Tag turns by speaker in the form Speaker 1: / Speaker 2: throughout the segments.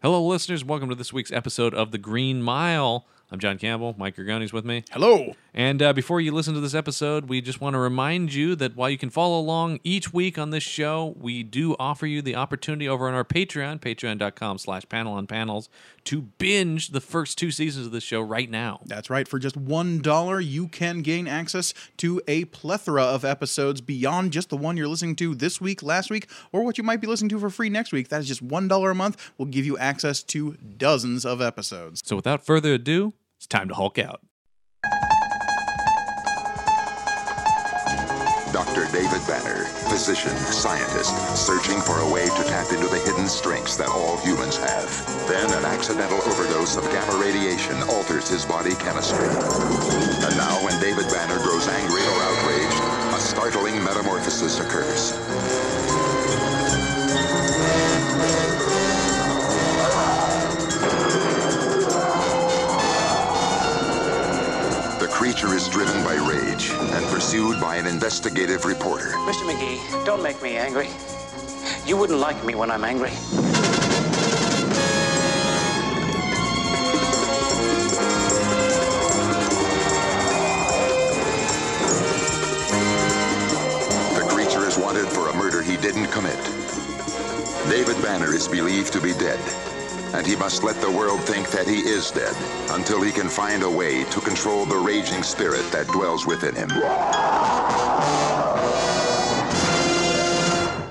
Speaker 1: Hello, listeners. Welcome to this week's episode of The Green Mile. I'm John Campbell. Mike Gergoni's with me.
Speaker 2: Hello.
Speaker 1: And uh, before you listen to this episode, we just want to remind you that while you can follow along each week on this show, we do offer you the opportunity over on our Patreon, patreon.com slash panel on panels, to binge the first two seasons of this show right now.
Speaker 2: That's right. For just $1, you can gain access to a plethora of episodes beyond just the one you're listening to this week, last week, or what you might be listening to for free next week. That is just $1 a month. will give you access to dozens of episodes.
Speaker 1: So without further ado, it's time to Hulk out.
Speaker 3: Dr. David Banner, physician, scientist, searching for a way to tap into the hidden strengths that all humans have. Then an accidental overdose of gamma radiation alters his body chemistry. And now, when David Banner grows angry or outraged, a startling metamorphosis occurs. The creature is driven by rage and pursued by an investigative reporter.
Speaker 4: Mr. McGee, don't make me angry. You wouldn't like me when I'm angry.
Speaker 3: The creature is wanted for a murder he didn't commit. David Banner is believed to be dead, and he must let the world think that he is dead until he can find a way to control the raging spirit that dwells within him.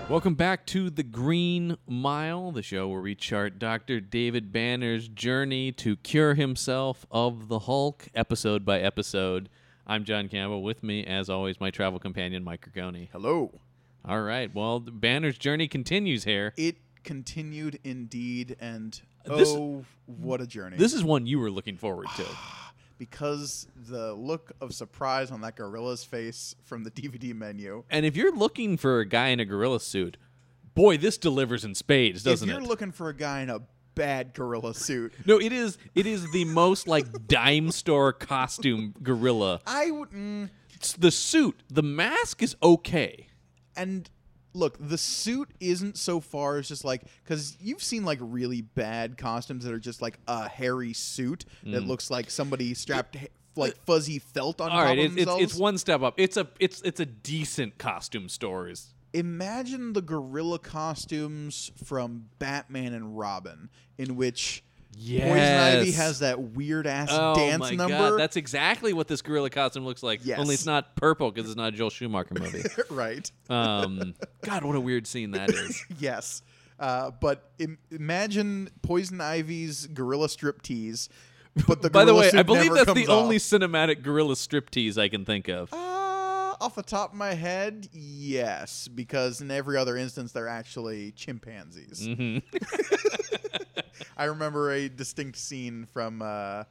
Speaker 1: Welcome back to The Green Mile, the show where we chart Dr. David Banner's journey to cure himself of the Hulk episode by episode. I'm John Campbell. With me, as always, my travel companion, Mike Grigoni.
Speaker 2: Hello.
Speaker 1: All right. Well, the Banner's journey continues here.
Speaker 2: It continued indeed, and
Speaker 1: Uh, This-
Speaker 2: oh, what a journey.
Speaker 1: This is one you were looking forward to.
Speaker 2: because the look of surprise on that gorilla's face from the DVD menu.
Speaker 1: And if you're looking for a guy in a gorilla suit, boy, this delivers in spades, doesn't
Speaker 2: if you're
Speaker 1: it?
Speaker 2: looking for a guy in a bad gorilla suit,
Speaker 1: no, it is. It is the most like dime store costume gorilla.
Speaker 2: I would. Mm,
Speaker 1: It's the suit, the mask is okay.
Speaker 2: and look, the suit isn't so far as just like because you've seen like really bad costumes that are just like a hairy suit that looks like somebody strapped ha- like fuzzy felt on
Speaker 1: Mm. All
Speaker 2: top
Speaker 1: right,
Speaker 2: of
Speaker 1: it's, it's
Speaker 2: themselves.
Speaker 1: it's one step up. It's a it's it's a decent costume store. Is
Speaker 2: Imagine the gorilla costumes from Batman and Robin, in which. Poison Ivy
Speaker 1: Yes.
Speaker 2: has that weird ass
Speaker 1: oh
Speaker 2: dance
Speaker 1: my
Speaker 2: number.
Speaker 1: god, that's exactly what this gorilla costume looks like.
Speaker 2: Yes.
Speaker 1: Only it's not purple because it's not a Joel Schumacher movie.
Speaker 2: right.
Speaker 1: Um, God, what a weird scene that is.
Speaker 2: Yes. Uh, but Im- imagine Poison Ivy's gorilla striptease. But the
Speaker 1: By the
Speaker 2: gorilla
Speaker 1: way,
Speaker 2: suit
Speaker 1: I believe
Speaker 2: never
Speaker 1: that's
Speaker 2: comes
Speaker 1: the only
Speaker 2: off.
Speaker 1: cinematic gorilla striptease I can think of.
Speaker 2: Uh, off the top of my head, yes, because in every other instance they're actually chimpanzees.
Speaker 1: Mm-hmm.
Speaker 2: I remember a distinct scene from uh,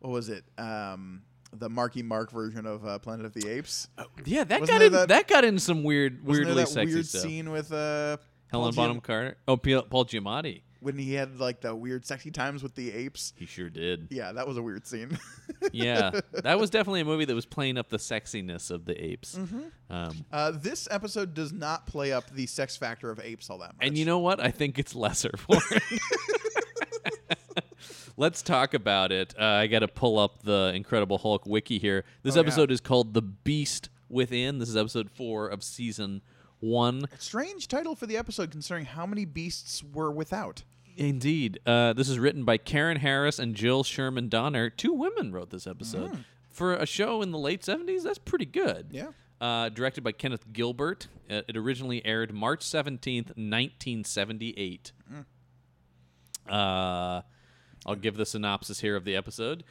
Speaker 2: what was it? Um, the Marky Mark version of uh, Planet of the Apes.
Speaker 1: Yeah, that
Speaker 2: Wasn't
Speaker 1: got
Speaker 2: there
Speaker 1: in that,
Speaker 2: that-
Speaker 1: got in some weird,
Speaker 2: Wasn't
Speaker 1: weirdly
Speaker 2: there that
Speaker 1: sexy
Speaker 2: weird
Speaker 1: stuff.
Speaker 2: scene with uh, Paul
Speaker 1: Helen
Speaker 2: Giam-
Speaker 1: Bonham Carter. Oh, P- Paul Giamatti.
Speaker 2: when he had like the weird sexy times with the apes.
Speaker 1: He sure did.
Speaker 2: Yeah, that was a weird scene.
Speaker 1: yeah, that was definitely a movie that was playing up the sexiness of the apes.
Speaker 2: Mm-hmm.
Speaker 1: Um,
Speaker 2: Uh, this episode does not play up the sex factor of apes all that much.
Speaker 1: and you know what? I think it's lesser for it. Let's talk about it. Uh, I got to pull up the Incredible Hulk wiki here. This
Speaker 2: Oh, yeah.
Speaker 1: episode is called "The Beast Within." This is episode four of season one.
Speaker 2: strange title for the episode considering how many beasts were without.
Speaker 1: Indeed. Uh, this is written by Karen Harris and Jill Sherman Donner. Two women wrote this episode. For a show in the late 70s, that's pretty good.
Speaker 2: Yeah.
Speaker 1: Uh, directed by Kenneth Gilbert. Uh, it originally aired March 17th, 1978. Uh, I'll give the synopsis here of the episode.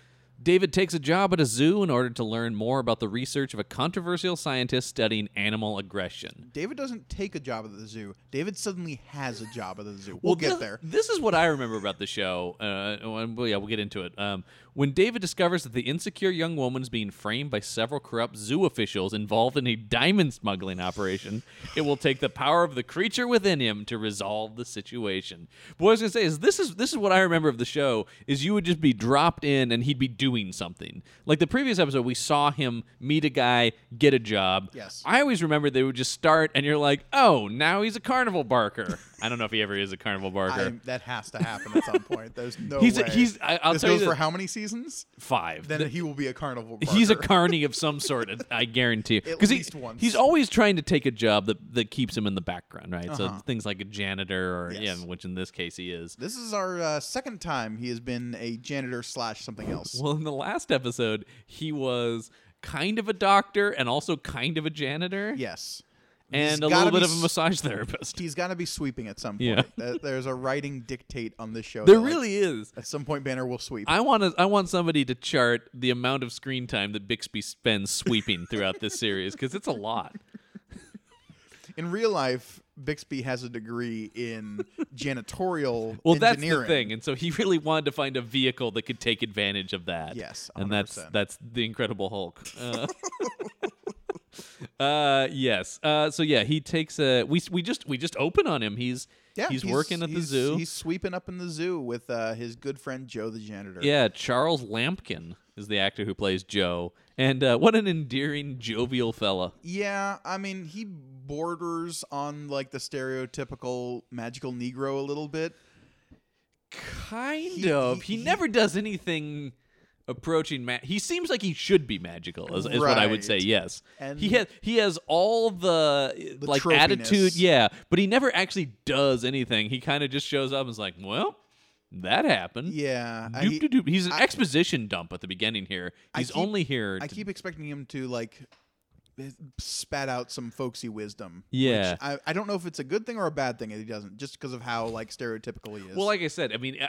Speaker 1: David takes a job at a zoo in order to learn more about the research of a controversial scientist studying animal aggression.
Speaker 2: David doesn't take a job at the zoo. David suddenly has a job at the zoo. We'll, get
Speaker 1: thi-
Speaker 2: there.
Speaker 1: This is what I remember about the show. Uh, and well, yeah, we'll get into it. Um, When David discovers that the insecure young woman is being framed by several corrupt zoo officials involved in a diamond smuggling operation, it will take the power of the creature within him to resolve the situation. But what I was gonna say is this is this is what I remember of the show is you would just be dropped in and he'd be doing something. Like the previous episode, we saw him meet a guy, get a job.
Speaker 2: Yes.
Speaker 1: I always remember they would just start and you're like, oh, now he's a carnival barker. I don't know if he ever is a carnival barker.
Speaker 2: I, that has to happen at some point. There's no
Speaker 1: He's-
Speaker 2: way.
Speaker 1: he's- I- I'll
Speaker 2: this
Speaker 1: tell you
Speaker 2: goes for
Speaker 1: that-
Speaker 2: how many seasons?
Speaker 1: Five.
Speaker 2: Then
Speaker 1: Th-
Speaker 2: he will be a carnival.
Speaker 1: He's a
Speaker 2: barker.
Speaker 1: carny of some sort, I guarantee.
Speaker 2: At
Speaker 1: he-
Speaker 2: least once.
Speaker 1: He's always trying to take a job that, that keeps him in the background, right? So things like a janitor, or yeah,
Speaker 2: Uh-huh. Yes.
Speaker 1: which in this case he is.
Speaker 2: This is our uh, second time he has been a janitor slash something else.
Speaker 1: Well, in the last episode, he was kind of a doctor and also kind of a janitor,
Speaker 2: yes, He's
Speaker 1: and a
Speaker 2: gotta
Speaker 1: little bit
Speaker 2: be
Speaker 1: of a
Speaker 2: s-
Speaker 1: massage therapist.
Speaker 2: He's got to be sweeping at some point.
Speaker 1: Yeah.
Speaker 2: There- There's a writing dictate on this show.
Speaker 1: There
Speaker 2: that, like,
Speaker 1: really is.
Speaker 2: at some point Banner will sweep.
Speaker 1: I want to. I want somebody to chart the amount of screen time that Bixby spends sweeping throughout this series because it's a lot.
Speaker 2: in real life, Bixby has a degree in janitorial
Speaker 1: Well, that's
Speaker 2: engineering.
Speaker 1: the thing, and so he really wanted to find a vehicle that could take advantage of that.
Speaker 2: Yes,
Speaker 1: and that's
Speaker 2: 100%.
Speaker 1: that's the Incredible Hulk. Uh, uh, yes. Uh, so yeah, he takes a. We we just we just open on him. He's
Speaker 2: Yeah,
Speaker 1: he's, working at the
Speaker 2: he's-
Speaker 1: zoo.
Speaker 2: He's sweeping up in the zoo with uh, his good friend Joe the janitor.
Speaker 1: Yeah, Charles Lampkin is the actor who plays Joe, and uh, what an endearing, jovial fella.
Speaker 2: Yeah, I mean, he borders on like the stereotypical magical Negro a little bit.
Speaker 1: Kind
Speaker 2: He-
Speaker 1: of.
Speaker 2: he-
Speaker 1: He,
Speaker 2: he-
Speaker 1: never does anything approaching ma- he seems like he should be magical is, is what i would say
Speaker 2: Right.
Speaker 1: yes
Speaker 2: And-
Speaker 1: he has he has all the,
Speaker 2: The
Speaker 1: like
Speaker 2: tropiness.
Speaker 1: attitude yeah but he never actually does anything he kind of just shows up and is like well that happened
Speaker 2: Yeah, I-
Speaker 1: Doop,
Speaker 2: he-
Speaker 1: doop, doop. he's an
Speaker 2: I-
Speaker 1: exposition dump at the beginning here he's
Speaker 2: keep-
Speaker 1: only here
Speaker 2: I
Speaker 1: to-
Speaker 2: keep expecting him to like eh, spat out some folksy wisdom.
Speaker 1: Yeah.
Speaker 2: which I, I don't know if it's a good thing or a bad thing. that He doesn't just because of how like stereotypical he is.
Speaker 1: Well, like I said, I mean, uh,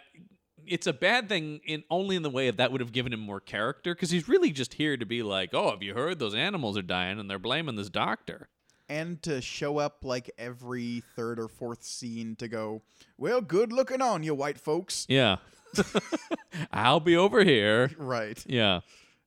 Speaker 1: it's a bad thing in only in the way of that would have given him more character because he's really just here to be like, oh, have you heard those animals are dying and they're blaming this doctor?
Speaker 2: and to show up like every third or fourth scene to go, well, good looking on you white folks.
Speaker 1: Yeah, I'll be over here.
Speaker 2: Right.
Speaker 1: Yeah,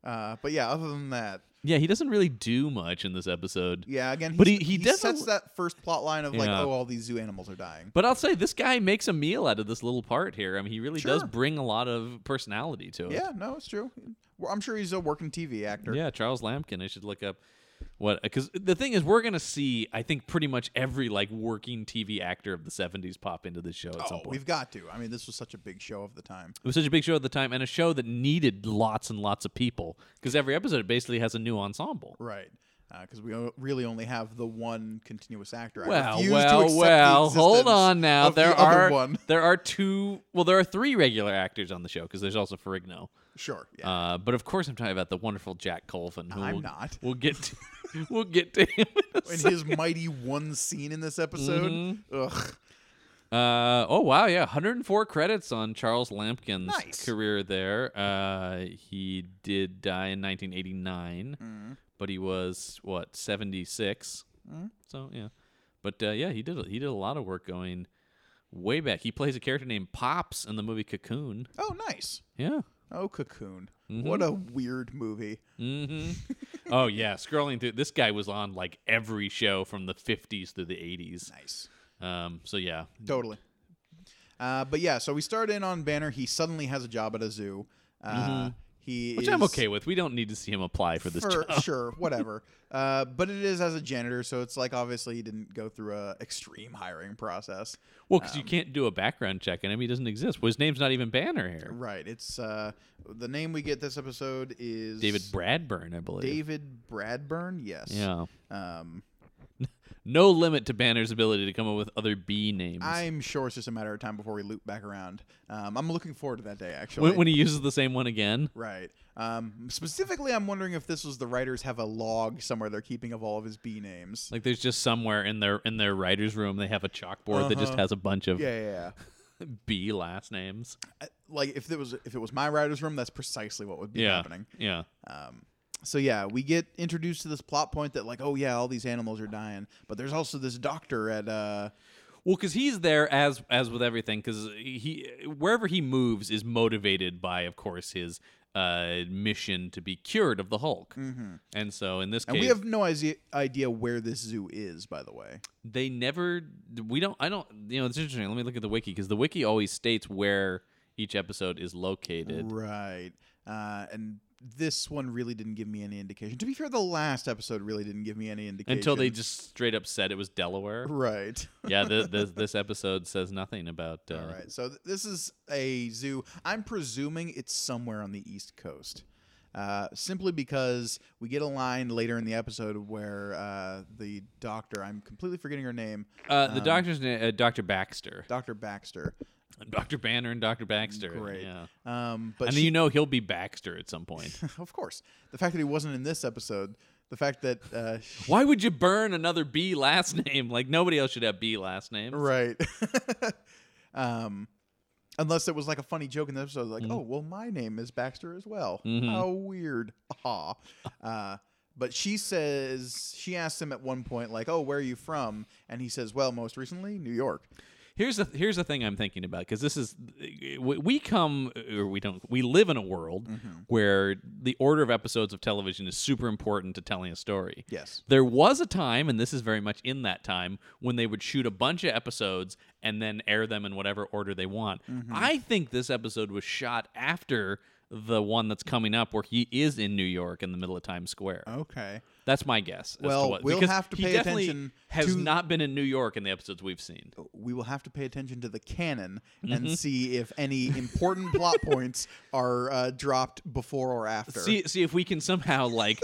Speaker 2: Uh, but yeah, other than that,
Speaker 1: yeah, he doesn't really do much in this episode.
Speaker 2: yeah. Again,
Speaker 1: But
Speaker 2: he's-
Speaker 1: he- he
Speaker 2: sets
Speaker 1: definitely-
Speaker 2: that first plot line of like,
Speaker 1: Yeah.
Speaker 2: oh, all these zoo animals are dying.
Speaker 1: But I'll say this guy makes a meal out of this little part here. I mean, he really does
Speaker 2: Sure.
Speaker 1: bring a lot of personality to it.
Speaker 2: Yeah, no, it's true. Well, I'm sure he's a working TV actor.
Speaker 1: Yeah, Charles Lampkin. I should look up what because the thing is, we're gonna see. I think pretty much every like working TV actor of the '70s pop into this show at some
Speaker 2: Oh,
Speaker 1: point.
Speaker 2: we've got to. I mean, this was such a big show of the time.
Speaker 1: It was such a big show at the time, and a show that needed lots and lots of people because every episode basically has a new ensemble.
Speaker 2: Right. Because we o- really only have the one continuous actor. I
Speaker 1: Well,
Speaker 2: refuse to accept
Speaker 1: well,
Speaker 2: the
Speaker 1: well. Hold
Speaker 2: existence
Speaker 1: on now.
Speaker 2: of the
Speaker 1: There
Speaker 2: other
Speaker 1: are
Speaker 2: one.
Speaker 1: there are two. Well, there are three regular actors on the show because there's also Ferrigno.
Speaker 2: Sure. Yeah.
Speaker 1: Uh, but of course, I'm talking about the wonderful Jack Colvin. Who
Speaker 2: I'm
Speaker 1: we'll,
Speaker 2: not.
Speaker 1: We'll get to, we'll get to him. in a
Speaker 2: and his mighty one scene in this episode.
Speaker 1: Mm-hmm.
Speaker 2: Ugh.
Speaker 1: Uh, oh wow, yeah, 104 credits on Charles Lampkin's
Speaker 2: Nice.
Speaker 1: career there. Uh, he did die in 1989,
Speaker 2: Mm.
Speaker 1: but he was what 76. So yeah, but uh, yeah, he did he did a lot of work going way back. He plays a character named Pops in the movie Cocoon.
Speaker 2: Oh, nice.
Speaker 1: Yeah.
Speaker 2: Oh, Cocoon.
Speaker 1: Mm-hmm.
Speaker 2: What a weird movie.
Speaker 1: Oh yeah, scrolling through this guy was on like every show from the 50s through the 80s.
Speaker 2: Nice.
Speaker 1: Um, so yeah,
Speaker 2: Totally. Uh, but yeah, so we start in on Banner. He suddenly has a job at a zoo. Uh, He
Speaker 1: Mm-hmm. which
Speaker 2: is,
Speaker 1: I'm okay with. We don't need to see him apply for this
Speaker 2: for
Speaker 1: job.
Speaker 2: sure, whatever. Uh, but it is as a janitor, so it's like obviously he didn't go through a extreme hiring process.
Speaker 1: Well, because you
Speaker 2: Um,
Speaker 1: can't do a background check on him. He doesn't exist. Well, his name's not even Banner here.
Speaker 2: Right. It's uh, the name we get this episode is
Speaker 1: David Bradburn, I believe.
Speaker 2: David Bradburn. Yes.
Speaker 1: Yeah.
Speaker 2: Um,
Speaker 1: No limit to Banner's ability to come up with other B names.
Speaker 2: I'm sure it's just a matter of time before we loop back around. Um, I'm looking forward to that day actually.
Speaker 1: when, when he uses the same one again.
Speaker 2: Right. Um, specifically, I'm wondering if this was the writers have a log somewhere they're keeping of all of his B names.
Speaker 1: Like there's just somewhere in their in their writer's room they have a chalkboard that just has a bunch of
Speaker 2: Uh-huh. yeah, yeah, yeah.
Speaker 1: B last names.
Speaker 2: Uh, Like if it was if it was my writers' room, that's precisely what would be
Speaker 1: yeah.
Speaker 2: happening.
Speaker 1: Yeah.
Speaker 2: So yeah, we get introduced to this plot point that like, oh yeah, all these animals are dying, but there's also this doctor at uh
Speaker 1: Well, because he's there as as with everything, because he wherever he moves is motivated by, of course, his uh, mission to be cured of the Hulk. And so in this
Speaker 2: Mm-hmm. And
Speaker 1: case,
Speaker 2: we have no idea, idea where this zoo is, by the way.
Speaker 1: they never we don't i don't you know it's interesting let me look at the wiki because the wiki always states where each episode is located
Speaker 2: Right. Uh, and this one really didn't give me any indication. To be fair, the last episode really didn't give me any indication.
Speaker 1: until they just straight up said it was delaware
Speaker 2: Right.
Speaker 1: yeah the, the, this episode says nothing about uh,
Speaker 2: All right. So th- this is a zoo. I'm presuming it's somewhere on the East Coast. Uh, simply because we get a line later in the episode where uh, the doctor, I'm completely forgetting her name,
Speaker 1: uh,
Speaker 2: Um,
Speaker 1: the doctor's name uh, dr baxter
Speaker 2: Dr. Baxter.
Speaker 1: dr banner and dr baxter
Speaker 2: Great.
Speaker 1: yeah
Speaker 2: Um, but
Speaker 1: and
Speaker 2: she-
Speaker 1: you know he'll be baxter at some point
Speaker 2: of course, the fact that he wasn't in this episode, the fact that uh,
Speaker 1: why would you burn another b last name like nobody else should have b last name
Speaker 2: Right. um, unless it was like a funny joke in the episode,
Speaker 1: Mm.
Speaker 2: like, oh, well, my name is Baxter as well.
Speaker 1: Mm-hmm.
Speaker 2: How weird. Aha. Uh, but she says, she asks him at one point, like, oh, where are you from? And he says, well, most recently, New York.
Speaker 1: Here's the here's the thing I'm thinking about because this is we- we come or we don't we live in a world
Speaker 2: Mm-hmm.
Speaker 1: where the order of episodes of television is super important to telling a story.
Speaker 2: Yes.
Speaker 1: There was a time, and this is very much in that time, when they would shoot a bunch of episodes and then air them in whatever order they want.
Speaker 2: Mm-hmm.
Speaker 1: I think this episode was shot after the one that's coming up where he is in New York in the middle of Times Square.
Speaker 2: Okay.
Speaker 1: That's my guess. as to
Speaker 2: Uh, Well,
Speaker 1: what-
Speaker 2: we'll
Speaker 1: because
Speaker 2: have to
Speaker 1: he
Speaker 2: pay
Speaker 1: definitely
Speaker 2: attention
Speaker 1: Has
Speaker 2: to-
Speaker 1: not been in New York in the episodes we've seen.
Speaker 2: We will have to pay attention to the canon and
Speaker 1: Mm-hmm.
Speaker 2: see if any important plot points are uh, dropped before or after.
Speaker 1: See, see if we can somehow like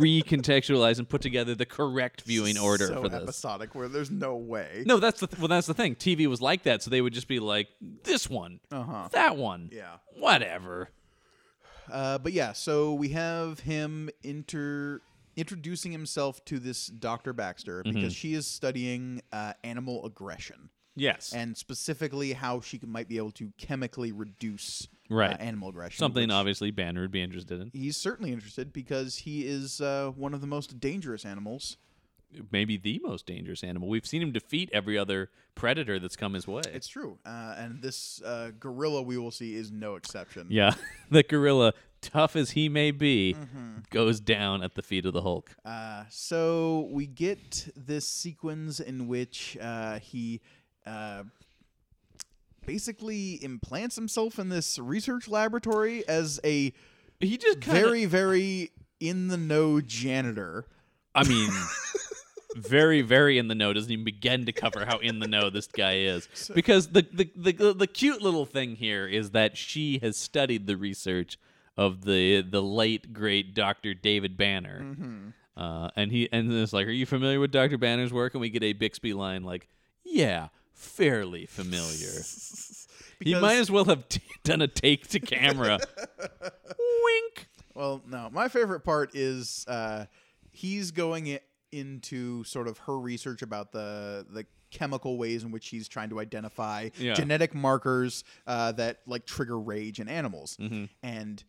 Speaker 1: recontextualize and put together the correct viewing order
Speaker 2: so
Speaker 1: for this.
Speaker 2: episodic where there's no way.
Speaker 1: No, that's the th- well. That's the thing. TV was like that, so they would just be like this one, uh-huh. that one,
Speaker 2: Yeah.
Speaker 1: whatever.
Speaker 2: Uh, but yeah, so we have him inter introducing himself to this Dr. Baxter
Speaker 1: Mm-hmm.
Speaker 2: because she is studying uh, animal aggression
Speaker 1: Yes,
Speaker 2: and specifically how she can- might be able to chemically reduce uh,
Speaker 1: Right.
Speaker 2: animal aggression.
Speaker 1: something
Speaker 2: which
Speaker 1: obviously Banner would be interested in.
Speaker 2: He's certainly interested because he is uh, one of the most dangerous animals.
Speaker 1: Maybe the most dangerous animal. We've seen him defeat every other predator that's come his way.
Speaker 2: It's true. Uh, and this uh, gorilla we will see is no exception.
Speaker 1: yeah, the gorilla, tough as he may be, goes down at the feet of the Hulk.
Speaker 2: Mm-hmm. Uh, so we get this sequence in which uh, he uh, basically implants himself in this research laboratory as a
Speaker 1: he just kinda,
Speaker 2: very, very in the know janitor.
Speaker 1: I mean, very, very in the know doesn't even begin to cover how in the know this guy is. Because the the, the, the the cute little thing here is that she has studied the research of the the late great Dr. David Banner. Uh, and he and it's like, are you familiar with Dr. Banner's work? And we get a Bixby line like, yeah, fairly familiar. he
Speaker 2: Because-
Speaker 1: might as well have t- done a take to camera. Wink.
Speaker 2: Well, no, my favorite part is uh, he's going i into sort of her research about the the chemical ways in which she's trying to identify
Speaker 1: Yeah.
Speaker 2: genetic markers uh, that like trigger rage in animals,
Speaker 1: Mm-hmm.
Speaker 2: and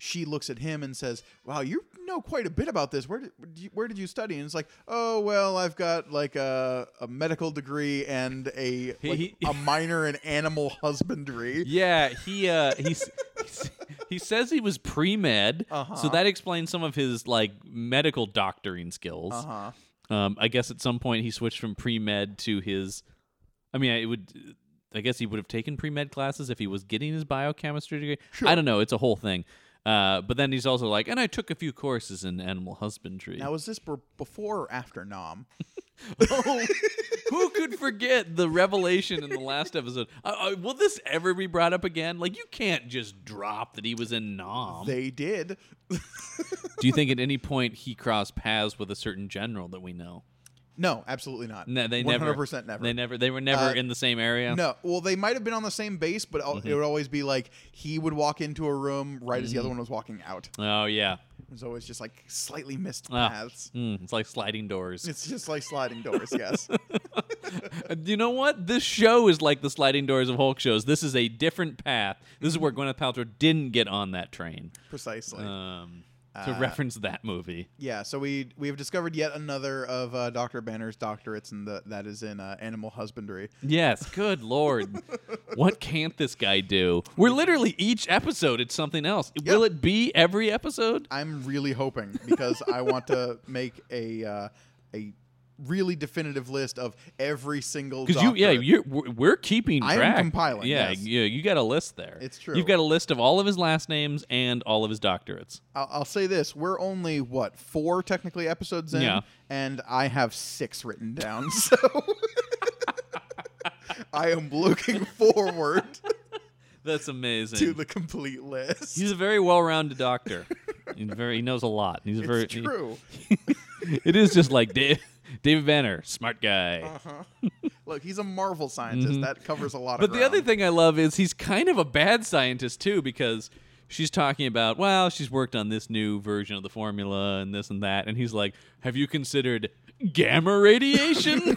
Speaker 2: she looks at him and says, "Wow, you know quite a bit about this. Where did where did you, where did you study?" And it's like, "Oh well, I've got like a, a medical degree and a like,
Speaker 1: he-
Speaker 2: a minor in animal husbandry."
Speaker 1: Yeah, he uh he's, he's he says he was pre med, so that explains some of his like medical doctoring skills. Uh-huh. Um, I guess at some point he switched from pre med to his. I mean, it would. I guess he would have taken pre med classes if he was getting his biochemistry degree. I don't know. It's a whole thing. Uh, but then he's also like, and I took a few courses in animal husbandry.
Speaker 2: Now, is this b- before or after Nom?
Speaker 1: Who could forget the revelation in the last episode? Uh, uh, will this ever be brought up again? Like, you can't just drop that he was in Nom.
Speaker 2: They did.
Speaker 1: Do you think at any point he crossed paths with a certain general that we know?
Speaker 2: No, absolutely not.
Speaker 1: No, they never.
Speaker 2: 100% never.
Speaker 1: They never. They were never
Speaker 2: Uh,
Speaker 1: in the same area.
Speaker 2: No, well, they might have been on the same base, but al-
Speaker 1: Mm-hmm.
Speaker 2: it would always be like he would walk into a room right as the
Speaker 1: Mm-hmm.
Speaker 2: other one was walking out.
Speaker 1: Oh yeah.
Speaker 2: It was always just like slightly missed
Speaker 1: Ah.
Speaker 2: paths.
Speaker 1: Mm, it's like sliding doors.
Speaker 2: It's just like sliding doors, yes.
Speaker 1: Uh, you know what? This show is like the sliding doors of Hulk shows. This is a different path. This is where Gwyneth Paltrow didn't get on that train.
Speaker 2: Precisely.
Speaker 1: Um, to
Speaker 2: Uh,
Speaker 1: reference that movie.
Speaker 2: Yeah, so we we have discovered yet another of uh, Doctor Banner's doctorates, and the, that is in uh, animal husbandry.
Speaker 1: Yes, good lord. what can't this guy do? We're literally each episode it's something else. Will it be every episode?
Speaker 2: I'm really hoping because I want to make a uh, a really definitive list of every single.
Speaker 1: Because you, yeah,
Speaker 2: doctorate.
Speaker 1: you're, we're we're keeping
Speaker 2: I am
Speaker 1: track.
Speaker 2: compiling,
Speaker 1: Yeah,
Speaker 2: yes.
Speaker 1: yeah, you got a list there.
Speaker 2: It's true.
Speaker 1: You've got a list of all of his last names and all of his doctorates.
Speaker 2: I'll, I'll say this: we're only what four technically episodes in,
Speaker 1: Yeah.
Speaker 2: and I have six written down. So I am looking forward
Speaker 1: That's amazing.
Speaker 2: to the complete list.
Speaker 1: He's a very well-rounded doctor. He's very, he knows a lot. He's a very
Speaker 2: it's true.
Speaker 1: it is just like Dave, David Banner, smart guy.
Speaker 2: Uh-huh. Look, he's a Marvel scientist. That covers a lot.
Speaker 1: Mm-hmm. But
Speaker 2: of
Speaker 1: the other
Speaker 2: ground.
Speaker 1: thing I love is he's kind of a bad scientist too because she's talking about, well, she's worked on this new version of the formula and this and that and he's like, "Have you considered gamma radiation?"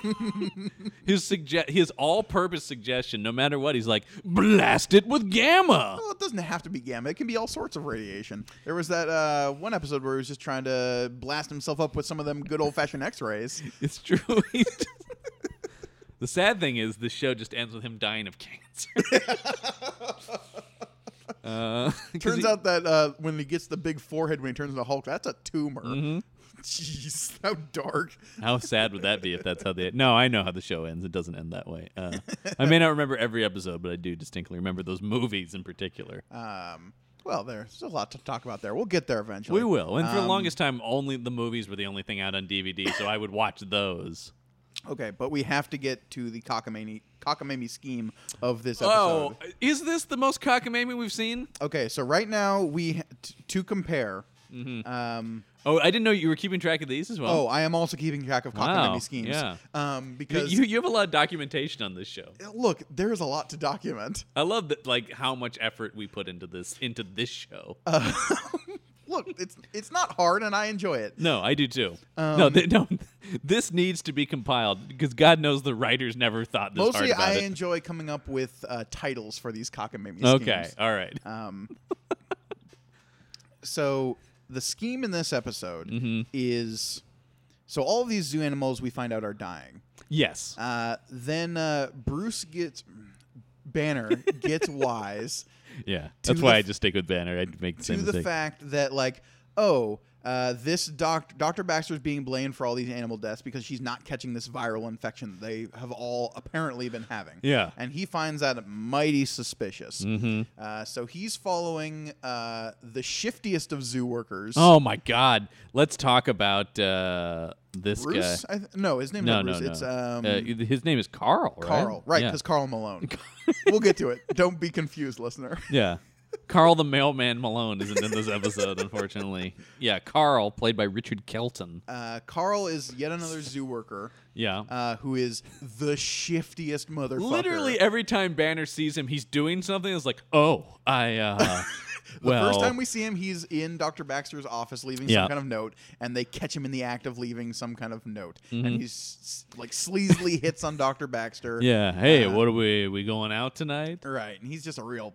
Speaker 1: his suggest his all-purpose suggestion, no matter what, he's like, "Blast it with gamma."
Speaker 2: Well, it doesn't have to be gamma. It can be all sorts of radiation. There was that uh, one episode where he was just trying to blast himself up with some of them good old fashioned X rays.
Speaker 1: It's true. He's just- the sad thing is, this show just ends with him dying of cancer. uh, 'cause
Speaker 2: Turns
Speaker 1: he-
Speaker 2: out that uh, when he gets the big forehead when he turns into Hulk, that's a tumor.
Speaker 1: Mm-hmm.
Speaker 2: Jeez, how dark.
Speaker 1: how sad would that be if that's how they? No, I know how the show ends. It doesn't end that way. Uh, I may not remember every episode, but I do distinctly remember those movies in particular.
Speaker 2: Um, well, there's a lot to talk about there. We'll get there eventually.
Speaker 1: we will. And for the
Speaker 2: Um,
Speaker 1: longest time, only the movies were the only thing out on DVD, so I would watch those.
Speaker 2: Okay, but we have to get to the cockamamie, cockamamie scheme of this
Speaker 1: Oh,
Speaker 2: episode.
Speaker 1: is this the most cockamamie we've seen?
Speaker 2: Okay, so right now we ha- t- to compare. Um,
Speaker 1: Oh, I didn't know you were keeping track of these as well.
Speaker 2: oh, I am also keeping track of cockamamie
Speaker 1: Mm. Wow,
Speaker 2: schemes.
Speaker 1: yeah.
Speaker 2: Um,
Speaker 1: You-
Speaker 2: because
Speaker 1: you, you have a lot of documentation on this show.
Speaker 2: look, there's a lot to document.
Speaker 1: I love that, like how much effort we put into this into this show.
Speaker 2: Look, it's it's not hard, and I enjoy it.
Speaker 1: no, I do too. no,
Speaker 2: Um,
Speaker 1: th- no, this needs to be compiled because God knows the writers never thought this hard
Speaker 2: Mostly,
Speaker 1: about
Speaker 2: I
Speaker 1: it.
Speaker 2: enjoy coming up with uh, titles for these cockamamie schemes.
Speaker 1: okay, all right.
Speaker 2: Uh, So the scheme in this episode is so all of these zoo animals we find out are dying.
Speaker 1: yes,
Speaker 2: Uh, then uh, Bruce gets Banner gets wise
Speaker 1: yeah. That's
Speaker 2: the
Speaker 1: why
Speaker 2: f-
Speaker 1: I just stick with Banner. I'd make the
Speaker 2: to
Speaker 1: same
Speaker 2: the
Speaker 1: mistake.
Speaker 2: fact that like oh. Uh, this doc- Dr. Baxter's being blamed for all these animal deaths because she's not catching this viral infection that they have all apparently been having.
Speaker 1: Yeah.
Speaker 2: And he finds that mighty suspicious. Uh, so he's following uh, the shiftiest of zoo workers.
Speaker 1: oh my God, let's talk about uh, this
Speaker 2: Bruce?
Speaker 1: guy.
Speaker 2: I th- no, his name
Speaker 1: No,
Speaker 2: is
Speaker 1: no,
Speaker 2: Bruce.
Speaker 1: no.
Speaker 2: It's um,
Speaker 1: Uh, his name is Carl. Right?
Speaker 2: Carl, right?
Speaker 1: Yeah.
Speaker 2: Because Carl Malone. we'll get to it. Don't be confused, listener.
Speaker 1: Yeah. Carl the mailman Malone isn't in this episode, unfortunately. Yeah, Carl, played by Richard Kelton.
Speaker 2: Uh, Carl is yet another zoo worker
Speaker 1: Yeah.
Speaker 2: uh, who is the shiftiest motherfucker.
Speaker 1: Literally every time Banner sees him, he's doing something. It's like, oh, I. uh
Speaker 2: The
Speaker 1: well,
Speaker 2: first time we see him, he's in Dr. Baxter's office leaving
Speaker 1: Yeah.
Speaker 2: some kind of note, and they catch him in the act of leaving some kind of note. And
Speaker 1: Mm-hmm.
Speaker 2: he's s- like sleazily hits on Dr. Baxter.
Speaker 1: yeah. Hey, what are we? We going out tonight?
Speaker 2: Right. And he's just a real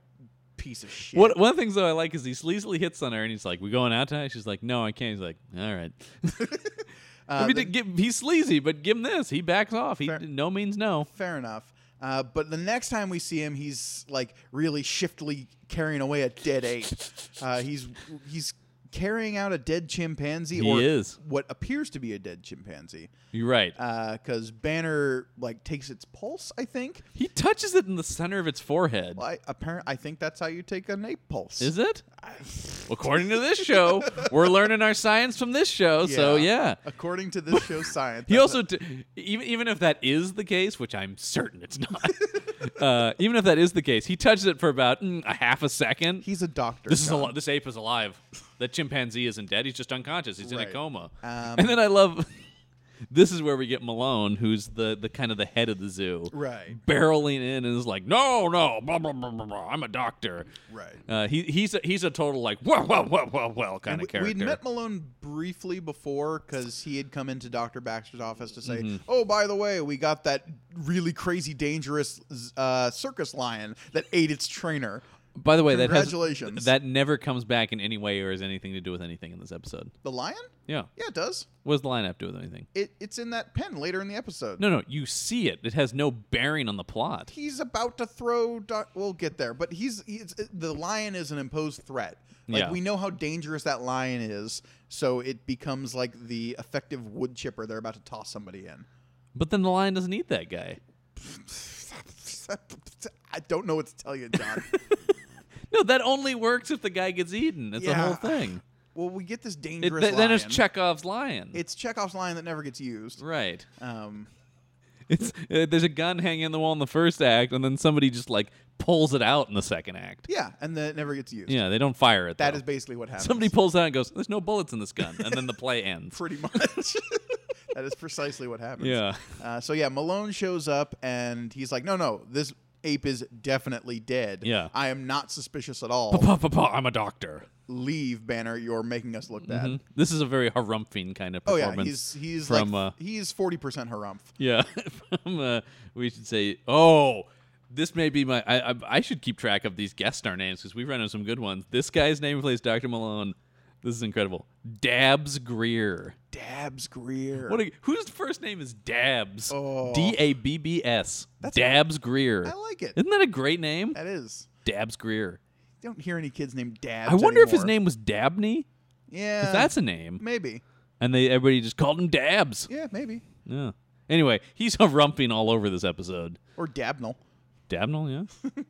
Speaker 2: piece of shit.
Speaker 1: What, one of the things though I like is he sleazily hits on her and he's like, "We going out tonight?" She's like, "No, I can't." He's like, "All right." I mean,
Speaker 2: Uh, the-
Speaker 1: give, he's sleazy, but give him this. He backs off. He
Speaker 2: Fair.
Speaker 1: no means no.
Speaker 2: Fair enough. Uh, but the next time we see him, he's like really shiftily carrying away a dead ape. Uh, he's he's carrying out a dead chimpanzee,
Speaker 1: He
Speaker 2: or
Speaker 1: is.
Speaker 2: what appears to be a dead chimpanzee,
Speaker 1: You're right.
Speaker 2: Uh, because Banner like takes its pulse. I think.
Speaker 1: he touches it in the center of its forehead.
Speaker 2: Well, I, apparent, I think that's how you take an ape pulse.
Speaker 1: Is it? According to this show, we're learning our science from this show. So yeah.
Speaker 2: According to this show's science,
Speaker 1: He
Speaker 2: that's
Speaker 1: also, t- even even if that is the case, which I'm certain it's not, uh, even if that is the case, he touches it for about mm, a half a second.
Speaker 2: a- he's a doctor.
Speaker 1: this is
Speaker 2: John.
Speaker 1: al- this ape is alive. That chimpanzee isn't dead. He's just unconscious. He's in
Speaker 2: Right.
Speaker 1: a coma.
Speaker 2: Um,
Speaker 1: and then I love. this is where we get Malone, who's the the kind of the head of the zoo,
Speaker 2: Right.
Speaker 1: Barreling in and is like, no, no, blah, blah, blah, blah, blah. I'm a doctor.
Speaker 2: Right.
Speaker 1: Uh, he he's a, he's a total like whoa whoa whoa whoa whoa kind of
Speaker 2: we,
Speaker 1: character.
Speaker 2: We'd met Malone briefly before because he had come into Dr. Baxter's office to say,
Speaker 1: Mm-hmm.
Speaker 2: oh, by the way, we got that really crazy, dangerous uh, circus lion that ate its trainer.
Speaker 1: By the way, that has-
Speaker 2: Congratulations.
Speaker 1: that never comes back in any way or has anything to do with anything in this episode.
Speaker 2: The lion?
Speaker 1: Yeah.
Speaker 2: Yeah, it does.
Speaker 1: What does the line have to do with anything?
Speaker 2: It, it's in that pen later in the episode.
Speaker 1: No, no, you see it. It has no bearing on the plot.
Speaker 2: He's about to throw. Doc- we'll get there, but he's, he's the lion is an imposed threat. Like
Speaker 1: Yeah.
Speaker 2: we know how dangerous that lion is, so it becomes like the effective wood chipper they're about to toss somebody in.
Speaker 1: But then the lion doesn't eat that guy.
Speaker 2: I don't know what to tell you, John.
Speaker 1: No, that only works if the guy gets eaten. That's the
Speaker 2: Yeah.
Speaker 1: whole thing.
Speaker 2: well, we get this
Speaker 1: It,
Speaker 2: dangerous.
Speaker 1: th- then it's
Speaker 2: lion.
Speaker 1: Chekhov's lion.
Speaker 2: It's Chekhov's lion that never gets used.
Speaker 1: right.
Speaker 2: Um,
Speaker 1: It's uh, there's a gun hanging on the wall in the first act, and then somebody just like pulls it out in the second act.
Speaker 2: yeah, and then it never gets used.
Speaker 1: Yeah, they don't fire it.
Speaker 2: That
Speaker 1: though.
Speaker 2: is basically what happens.
Speaker 1: somebody pulls it out and goes, "There's no bullets in this gun," and then the play ends.
Speaker 2: pretty much. that is precisely what happens.
Speaker 1: Yeah.
Speaker 2: Uh, so yeah, Malone shows up and he's like, "No, no, this ape is definitely dead.
Speaker 1: Yeah.
Speaker 2: I am not suspicious at all.
Speaker 1: Pa, pa, pa, I'm a doctor.
Speaker 2: Leave, Banner. You're making us look bad."
Speaker 1: Mhm. This is a very harumphing kind of
Speaker 2: Oh
Speaker 1: performance.
Speaker 2: yeah, he's he's
Speaker 1: from
Speaker 2: like
Speaker 1: uh,
Speaker 2: he's forty percent harumph.
Speaker 1: yeah from uh, we should say oh. This may be my. I, I, I should keep track of these guest star names because we've run into some good ones. This guy's name plays Dr. Malone. This is incredible. Dabs Greer.
Speaker 2: Dabs Greer.
Speaker 1: What? A, whose first name is Dabs? D A B B S. Dabs Greer.
Speaker 2: Oh. I like it. Uh,
Speaker 1: Isn't that a great name?
Speaker 2: that is.
Speaker 1: Dabs Greer.
Speaker 2: You don't hear any kids named Dabs.
Speaker 1: I wonder if his
Speaker 2: anymore.
Speaker 1: name was Dabney.
Speaker 2: Yeah.
Speaker 1: If that's a name,
Speaker 2: maybe.
Speaker 1: and they everybody just called him Dabs.
Speaker 2: Yeah, maybe.
Speaker 1: Yeah. Anyway, he's rumping all over this episode.
Speaker 2: Or Dabnel.
Speaker 1: Dabnell, yeah.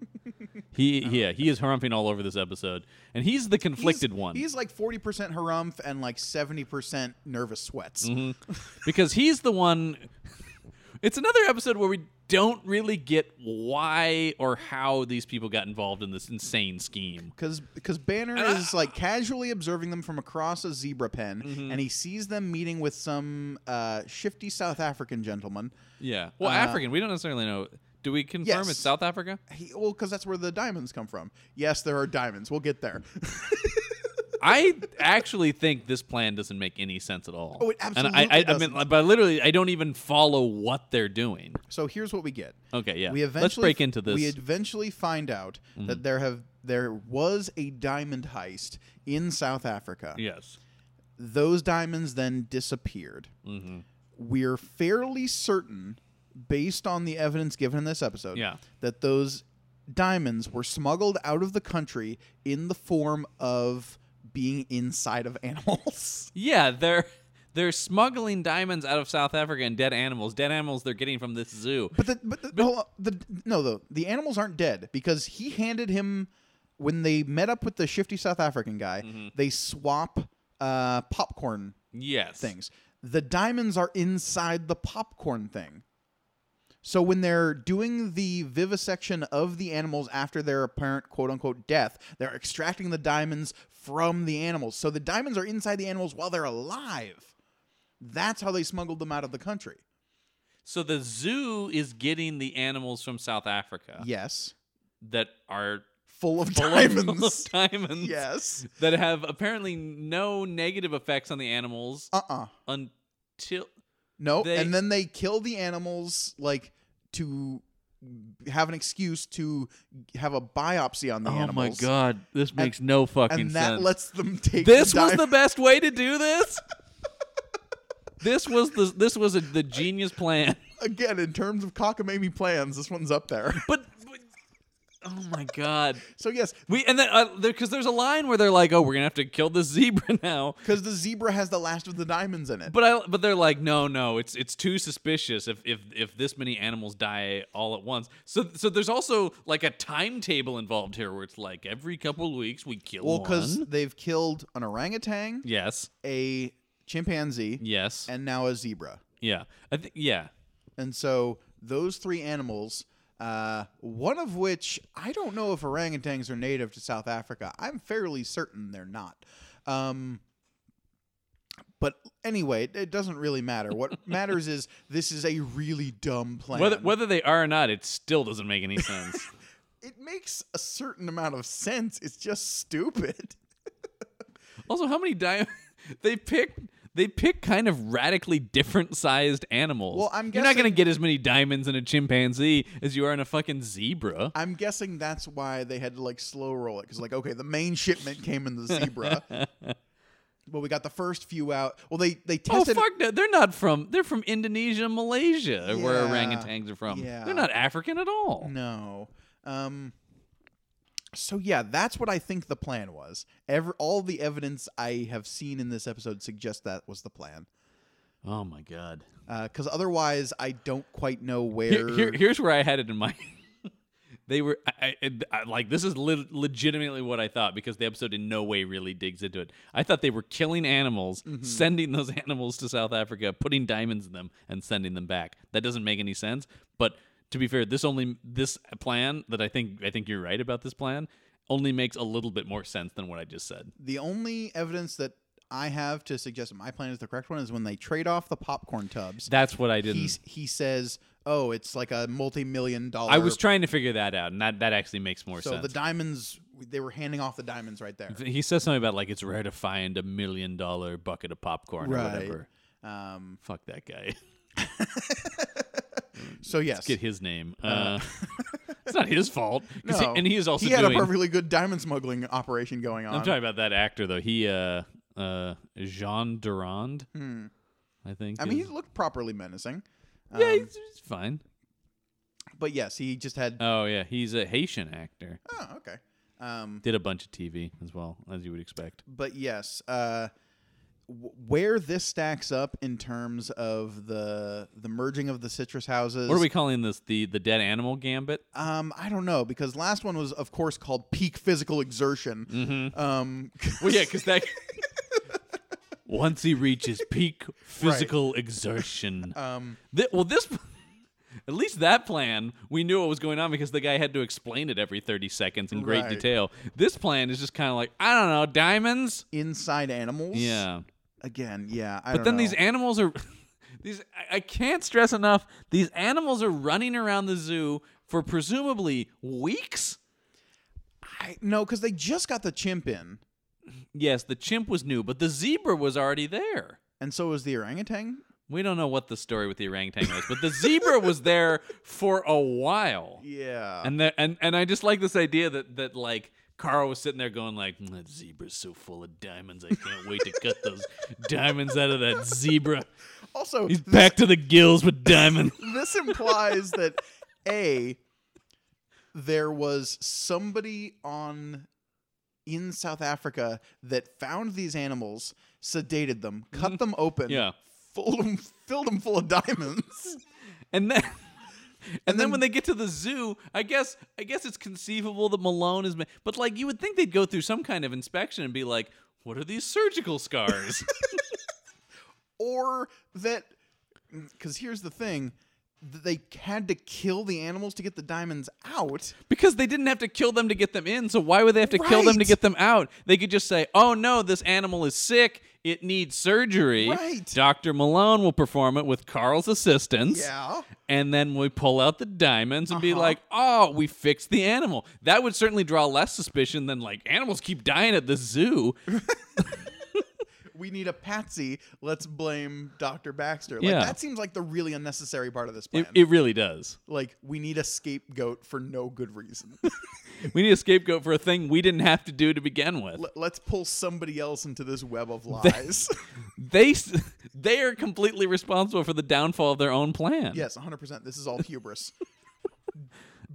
Speaker 1: he yeah he is rumping all over this episode, and he's the conflicted
Speaker 2: He's-
Speaker 1: one
Speaker 2: He's like forty percent harumph and like seventy percent nervous sweats.
Speaker 1: Mm-hmm. because he's the one. It's another episode where we don't really get why or how these people got involved in this insane scheme.
Speaker 2: Because Banner
Speaker 1: Ah.
Speaker 2: is like casually observing them from across a zebra pen,
Speaker 1: Mm-hmm.
Speaker 2: and he sees them meeting with some uh, shifty South African gentleman.
Speaker 1: Yeah. Well, African. We don't necessarily know. Do we confirm
Speaker 2: uh, Yes.
Speaker 1: it's South Africa?
Speaker 2: He, well, because that's where the diamonds come from. Yes, there are diamonds. We'll get there.
Speaker 1: I actually think this plan doesn't make any sense at all.
Speaker 2: Oh, it
Speaker 1: And I, I,
Speaker 2: absolutely
Speaker 1: I mean,
Speaker 2: doesn't.
Speaker 1: like, but literally, I don't even follow what they're doing.
Speaker 2: so here's what we get.
Speaker 1: Okay, yeah.
Speaker 2: We eventually
Speaker 1: Let's break into this. Mm-hmm.
Speaker 2: We eventually find out that there have there was a diamond heist in South Africa.
Speaker 1: yes.
Speaker 2: those diamonds then disappeared.
Speaker 1: Mm-hmm.
Speaker 2: We're fairly certain, based on the evidence given in this episode,
Speaker 1: Yeah.
Speaker 2: that those diamonds were smuggled out of the country in the form of being inside of animals.
Speaker 1: Yeah, they're they're smuggling diamonds out of South Africa and dead animals. Dead animals they're getting from this zoo.
Speaker 2: But the, but the, hold on, the no though the animals aren't dead because he handed him when they met up with the shifty South African guy, they swap uh, popcorn
Speaker 1: Yes.
Speaker 2: things. The diamonds are inside the popcorn thing. So when they're doing the vivisection of the animals after their apparent quote unquote death, they're extracting the diamonds from the animals. So the diamonds are inside the animals while they're alive. That's how they smuggled them out of the country.
Speaker 1: So the zoo is getting the animals from South Africa
Speaker 2: Yes.
Speaker 1: that are
Speaker 2: Uh. Full of
Speaker 1: full of- full of
Speaker 2: diamonds.
Speaker 1: diamonds.
Speaker 2: Yes.
Speaker 1: That have apparently no negative effects on the animals
Speaker 2: Uh uh
Speaker 1: until
Speaker 2: No.
Speaker 1: They-
Speaker 2: and then they kill the animals like to have an excuse to have a biopsy on the animals.
Speaker 1: Oh god, this makes no fucking
Speaker 2: and that lets them take
Speaker 1: this
Speaker 2: the
Speaker 1: was
Speaker 2: dime-
Speaker 1: the best way to do this. this was the this was a, the genius plan.
Speaker 2: again in terms of cockamamie plans this one's up there
Speaker 1: But, but oh my god,
Speaker 2: so yes
Speaker 1: we and then because uh, there, 'cause there's a line where they're like, oh, we're gonna have to kill the zebra now.
Speaker 2: because the zebra has the last of the diamonds in it
Speaker 1: But I but they're like, no, no, it's it's too suspicious if if if this many animals die all at once. So so there's also like a timetable involved here where it's like every couple of weeks we kill
Speaker 2: well because
Speaker 1: one.
Speaker 2: they've killed an orangutan
Speaker 1: Yes.
Speaker 2: a chimpanzee
Speaker 1: Yes.
Speaker 2: and now a zebra
Speaker 1: yeah. I think yeah.
Speaker 2: and so those three animals uh, one of which i don't know if orangutans are native to south africa i'm fairly certain they're not um, but anyway it, it doesn't really matter what matters is this is a really dumb plan
Speaker 1: Whether whether they are or not, it still doesn't make any sense.
Speaker 2: it makes a certain amount of sense. It's just stupid.
Speaker 1: also, how many diamonds they picked they pick kind of radically different sized animals.
Speaker 2: Well, I'm
Speaker 1: You're not going to
Speaker 2: guessing-
Speaker 1: get as many diamonds in a chimpanzee as you are in a fucking zebra.
Speaker 2: I'm guessing that's why they had to like slow roll it because like okay, the main shipment came in the zebra, but we got the first few out. Well, they they
Speaker 1: Oh
Speaker 2: tested.
Speaker 1: fuck! No, they're not from. They're from Indonesia, Malaysia, where
Speaker 2: Yeah.
Speaker 1: orangutans are from.
Speaker 2: Yeah.
Speaker 1: They're not African at all.
Speaker 2: No. Um. So yeah, that's what I think the plan was. Every, all the evidence I have seen in this episode suggests that was the plan.
Speaker 1: Oh my god!
Speaker 2: Because otherwise, I don't quite know
Speaker 1: Here,
Speaker 2: where.
Speaker 1: here- here's where I had it in mind. they were I, I, I- like, this is le- legitimately what I thought because the episode in no way really digs into it. I thought they were killing animals,
Speaker 2: Mm-hmm.
Speaker 1: sending those animals to South Africa, putting diamonds in them, and sending them back. That doesn't make any sense. But to be fair, this only this plan that I think I think you're right about this plan only makes a little bit more sense than what I just said.
Speaker 2: the only evidence that I have to suggest my plan is the correct one is when they trade off the popcorn tubs.
Speaker 1: That's what I didn't.
Speaker 2: He he says, "Oh, it's like a multi-million dollar."
Speaker 1: I was trying to figure that out, and that, that actually makes more
Speaker 2: er So
Speaker 1: sense.
Speaker 2: the diamonds, they were handing off the diamonds right there.
Speaker 1: he says something about like it's rare to find a million dollar bucket of popcorn or
Speaker 2: Right.
Speaker 1: whatever.
Speaker 2: Um,
Speaker 1: Fuck that guy.
Speaker 2: so yes,
Speaker 1: Get his name. Uh, it's not his fault. 'cause
Speaker 2: No.
Speaker 1: He, and he is also
Speaker 2: he had
Speaker 1: doing.
Speaker 2: a perfectly good diamond smuggling operation going on.
Speaker 1: I'm talking about that actor though. He uh uh Jean Durand. I think.
Speaker 2: Hmm. I mean, um, he
Speaker 1: is-
Speaker 2: looked properly menacing,
Speaker 1: yeah, he's, he's fine.
Speaker 2: but yes, he just had.
Speaker 1: Oh yeah, he's a Haitian actor.
Speaker 2: oh, okay. Um,
Speaker 1: Did a bunch of TV as well, as you would expect.
Speaker 2: but yes, uh, w- where this stacks up in terms of the the merging of the citrus houses.
Speaker 1: What are we calling this? The the dead animal gambit?
Speaker 2: Um, I don't know because last one was, of course, called peak physical exertion.
Speaker 1: Mm-hmm.
Speaker 2: Um,
Speaker 1: Well, yeah, because that. Once he reaches peak physical exertion. Um, well, this. At least that plan, we knew what was going on because the guy had to explain it every 30 seconds in great
Speaker 2: Right.
Speaker 1: detail. This plan is just kind of like, I don't know, diamonds?
Speaker 2: inside animals.
Speaker 1: Yeah.
Speaker 2: Again, yeah. I
Speaker 1: But
Speaker 2: don't
Speaker 1: then these
Speaker 2: know.
Speaker 1: animals are. these I, I can't stress enough, these animals are running around the zoo for presumably weeks?
Speaker 2: I, no, because they just got the chimp in,
Speaker 1: Yes, the chimp was new, but the zebra was already there.
Speaker 2: and so was the orangutan.
Speaker 1: We don't know what the story with the orangutan was, but the zebra was there for a while.
Speaker 2: Yeah.
Speaker 1: And the, and and I just like this idea that that like Carl was sitting there going like "Mm, that zebra's so full of diamonds, I can't wait to cut those diamonds out of that zebra.
Speaker 2: also,
Speaker 1: He's back to the gills with diamonds.
Speaker 2: this implies that a there was somebody on in South Africa that found these animals, sedated them, cut them open,
Speaker 1: Mm-hmm. Yeah.
Speaker 2: filled them, filled them full of diamonds.
Speaker 1: And then And, then,
Speaker 2: then-
Speaker 1: when they get to the zoo, I guess I guess it's conceivable that Malone is, ma- but like you would think they'd go through some kind of inspection and be like, "What are these surgical scars?"
Speaker 2: or that because here's the thing th- they had to kill the animals to get the diamonds out
Speaker 1: Because they didn't have to kill them to get them in, so why would they have to kill them to
Speaker 2: Right.
Speaker 1: get them out? They could just say, "Oh no, this animal is sick. It needs surgery."
Speaker 2: Right.
Speaker 1: Dr. Malone will perform it with Carl's assistance.
Speaker 2: yeah Uh-huh.
Speaker 1: And then we pull out the diamonds and be like, "Oh, we fixed the animal." That would certainly draw less suspicion than like animals keep dying at the zoo.
Speaker 2: we need a patsy let's blame dr baxter like
Speaker 1: Yeah.
Speaker 2: that seems like the really unnecessary part of this plan
Speaker 1: It, it really does.
Speaker 2: like we need a scapegoat for no good reason
Speaker 1: We need a scapegoat for a thing we didn't have to do to begin with.
Speaker 2: Let- let's pull somebody else into this web of lies
Speaker 1: They s- they are completely responsible for the downfall of their own plan.
Speaker 2: yes 100% this is all hubris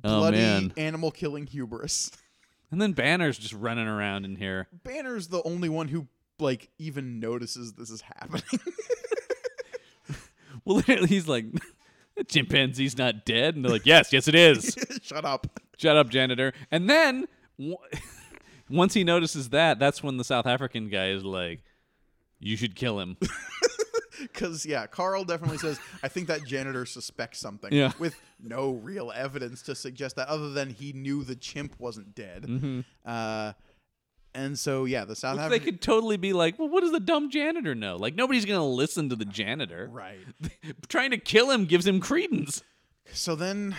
Speaker 1: Oh,
Speaker 2: bloody
Speaker 1: man.
Speaker 2: animal killing hubris
Speaker 1: And then Banner's just running around in here.
Speaker 2: banner's the only one who like even notices this is happening
Speaker 1: Well, literally, he's like, the chimpanzee's not dead. And they're like, yes, yes, it is.
Speaker 2: shut up
Speaker 1: Shut up, janitor. And then w- once he notices that, that's when the South African guy is like, you should kill him.
Speaker 2: Because yeah, Carl definitely says, "I think that janitor suspects something."
Speaker 1: Yeah.
Speaker 2: With no real evidence to suggest that, other than he knew the chimp wasn't dead. Uh, and so yeah, the South
Speaker 1: Mm-hmm. they
Speaker 2: African
Speaker 1: could totally be like, well, what does the dumb janitor know? Like, nobody's going to listen to the janitor.
Speaker 2: right.
Speaker 1: Trying to kill him gives him credence.
Speaker 2: So then,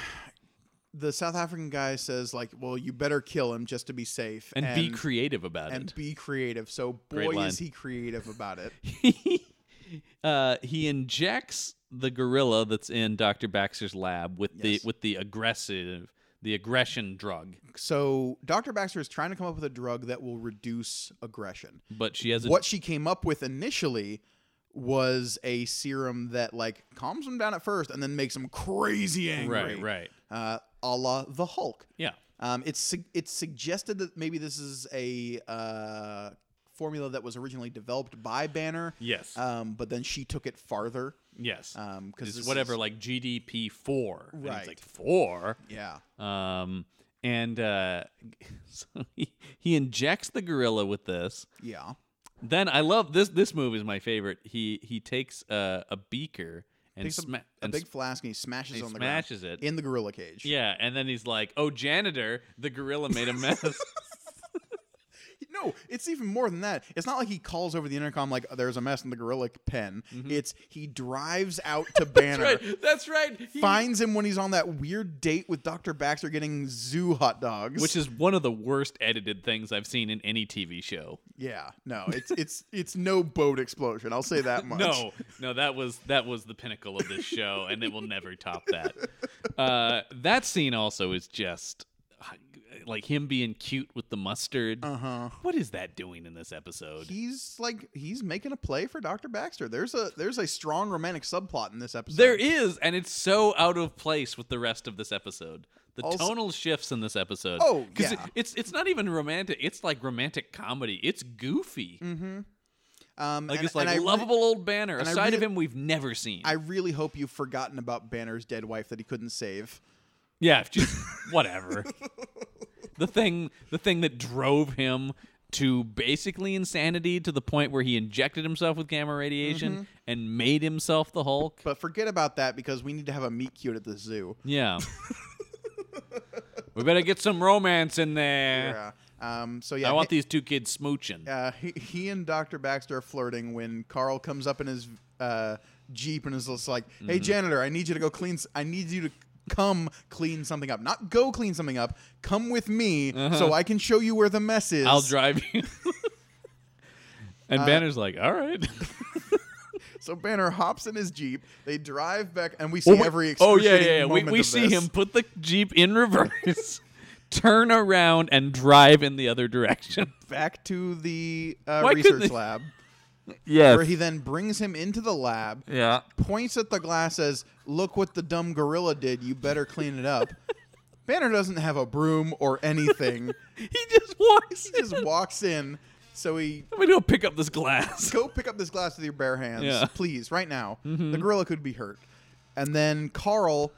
Speaker 2: the South African guy says, "Like, well, you better kill him just to be safe
Speaker 1: And, be creative about
Speaker 2: and
Speaker 1: it.
Speaker 2: be creative." So
Speaker 1: Great
Speaker 2: boy
Speaker 1: line.
Speaker 2: is he creative about it.
Speaker 1: uh, he injects the gorilla that's in Dr. Baxter's lab with
Speaker 2: Yes.
Speaker 1: the with the aggressive the aggression drug,
Speaker 2: So Dr. Baxter is trying to come up with a drug that will reduce aggression.
Speaker 1: but she has a
Speaker 2: what she came up with initially was a serum that like calms him down at first and then makes him crazy angry.
Speaker 1: Right, right.
Speaker 2: Uh, a la the Hulk.
Speaker 1: Yeah.
Speaker 2: Um, it's su- it's suggested that maybe this is a uh, formula that was originally developed by Banner.
Speaker 1: Yes.
Speaker 2: Um, but then she took it farther.
Speaker 1: Yes.
Speaker 2: Um, 'cause
Speaker 1: it's
Speaker 2: this
Speaker 1: whatever
Speaker 2: is-
Speaker 1: like GDP four. And
Speaker 2: Right.
Speaker 1: It's like four.
Speaker 2: Yeah.
Speaker 1: Um, and uh, so he, he injects the gorilla with this.
Speaker 2: Yeah.
Speaker 1: Then I love this. This move is my favorite. He he takes a, a beaker and
Speaker 2: Takes a,
Speaker 1: sma-
Speaker 2: a
Speaker 1: and
Speaker 2: big
Speaker 1: s-
Speaker 2: flask and he smashes
Speaker 1: he
Speaker 2: on the
Speaker 1: smashes
Speaker 2: ground
Speaker 1: it.
Speaker 2: in the gorilla cage.
Speaker 1: yeah, and then he's like, "Oh, janitor, the gorilla made a mess."
Speaker 2: No, it's even more than that. It's not like he calls over the intercom like there's a mess in the gorilla pen. It's he drives out to Banner,
Speaker 1: Mm-hmm. That's right. That's right. He-
Speaker 2: finds him when he's on that weird date with Dr. Baxter getting zoo hot dogs.
Speaker 1: which is one of the worst edited things I've seen in any TV show.
Speaker 2: yeah, no, it's it's it's no boat explosion. I'll say that much.
Speaker 1: No, no, that was that was the pinnacle of this show, and it will never top that. Uh, that scene also is just uh, like him being cute with the mustard. Uh huh. What is that doing in this episode?
Speaker 2: He's like he's making a play for Dr. Baxter. There's a there's a strong romantic subplot in this episode.
Speaker 1: there is, and it's so out of place with the rest of this episode. The
Speaker 2: Also-
Speaker 1: tonal shifts in this episode.
Speaker 2: Oh,
Speaker 1: it-
Speaker 2: yeah.
Speaker 1: it's it's not even romantic. It's like romantic comedy. It's goofy.
Speaker 2: um,
Speaker 1: Like
Speaker 2: Mm-hmm. and-
Speaker 1: it's like
Speaker 2: and I re-
Speaker 1: lovable old Banner, a
Speaker 2: and I
Speaker 1: side of
Speaker 2: really-
Speaker 1: him we've never seen.
Speaker 2: I really hope you've forgotten about Banner's dead wife that he couldn't save.
Speaker 1: Yeah, if just whatever. the thing the thing that drove him to basically insanity to the point where he injected himself with gamma radiation and made himself the Hulk.
Speaker 2: Mm-hmm. But forget about that because we need to have a meet cute at the zoo.
Speaker 1: Yeah. we better get some romance in there.
Speaker 2: Yeah. Um, so yeah,
Speaker 1: I want
Speaker 2: he,
Speaker 1: these two kids smooching.
Speaker 2: uh, he, he and Doctor Baxter are flirting when Carl comes up in his uh, jeep and is just like, "Hey
Speaker 1: Mm-hmm.
Speaker 2: janitor, I need you to go clean. s- I need you to come clean something up. Not go clean something up. Come with me so I can show you where the mess is.
Speaker 1: Uh-huh. I'll drive you. and
Speaker 2: Uh,
Speaker 1: Banner's like, "All right."
Speaker 2: So Banner hops in his jeep. They drive back, and we see
Speaker 1: Oh, wait.
Speaker 2: every
Speaker 1: oh yeah,
Speaker 2: excruciating
Speaker 1: yeah, yeah. We,
Speaker 2: moment
Speaker 1: we
Speaker 2: of
Speaker 1: see
Speaker 2: this.
Speaker 1: him put the jeep in reverse, turn around, and drive in the other direction.
Speaker 2: back to the uh,
Speaker 1: Why couldn't
Speaker 2: research
Speaker 1: they-
Speaker 2: lab, where
Speaker 1: Yes.
Speaker 2: he then brings him into the lab.
Speaker 1: yeah.
Speaker 2: points at the glass says, "Look what the dumb gorilla did. You better clean it up." Banner doesn't have a broom or anything.
Speaker 1: He just walks.
Speaker 2: he just walks in. So he
Speaker 1: I'm gonna go pick up this glass.
Speaker 2: go pick up this glass with your bare hands,
Speaker 1: Yeah. Mm-hmm.
Speaker 2: please, right now. The gorilla could be hurt. And then Carl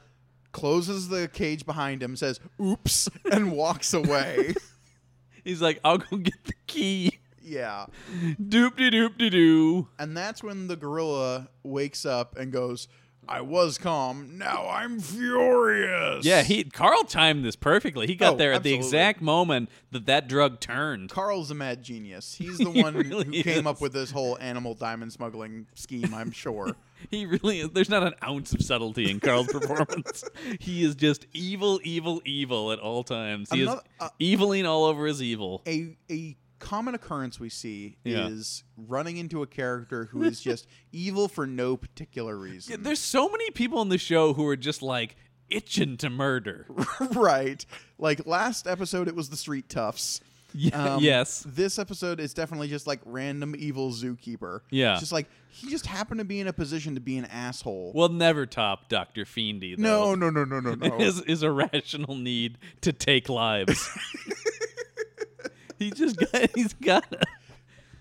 Speaker 2: closes the cage behind him, says "Oops," and walks away.
Speaker 1: He's like, I'll go get the key.
Speaker 2: yeah.
Speaker 1: Doop de doop de doo.
Speaker 2: And that's when the gorilla wakes up and goes, "I was calm. Now I'm furious."
Speaker 1: Yeah, he Carl timed this perfectly. He got
Speaker 2: Oh,
Speaker 1: there at the
Speaker 2: absolutely.
Speaker 1: exact moment that that drug turned.
Speaker 2: Carl's a mad genius. He's the
Speaker 1: He
Speaker 2: one
Speaker 1: really
Speaker 2: who came up
Speaker 1: is.
Speaker 2: with this whole animal diamond smuggling scheme, I'm sure.
Speaker 1: He really is. There's not an ounce of subtlety in Carl's performance. He is just evil, evil, evil at all times. He
Speaker 2: Another-
Speaker 1: is
Speaker 2: uh,
Speaker 1: eviling all over his evil.
Speaker 2: a a common occurrence we see
Speaker 1: Yeah.
Speaker 2: is running into a character who is just evil for no particular
Speaker 1: Yeah,
Speaker 2: reason.
Speaker 1: There's so many people in the show who are just like itching to murder.
Speaker 2: right. Like last episode it was the street toughs.
Speaker 1: Ye-
Speaker 2: Um,
Speaker 1: yes.
Speaker 2: This episode is definitely just like random evil zookeeper.
Speaker 1: Yeah.
Speaker 2: It's Just like he just happened to be in a position to be an asshole.
Speaker 1: We'll never top Dr. Fiendy, though.
Speaker 2: no, no, no, no, no, no.
Speaker 1: his, his irrational need to take lives. he just got, he's got, but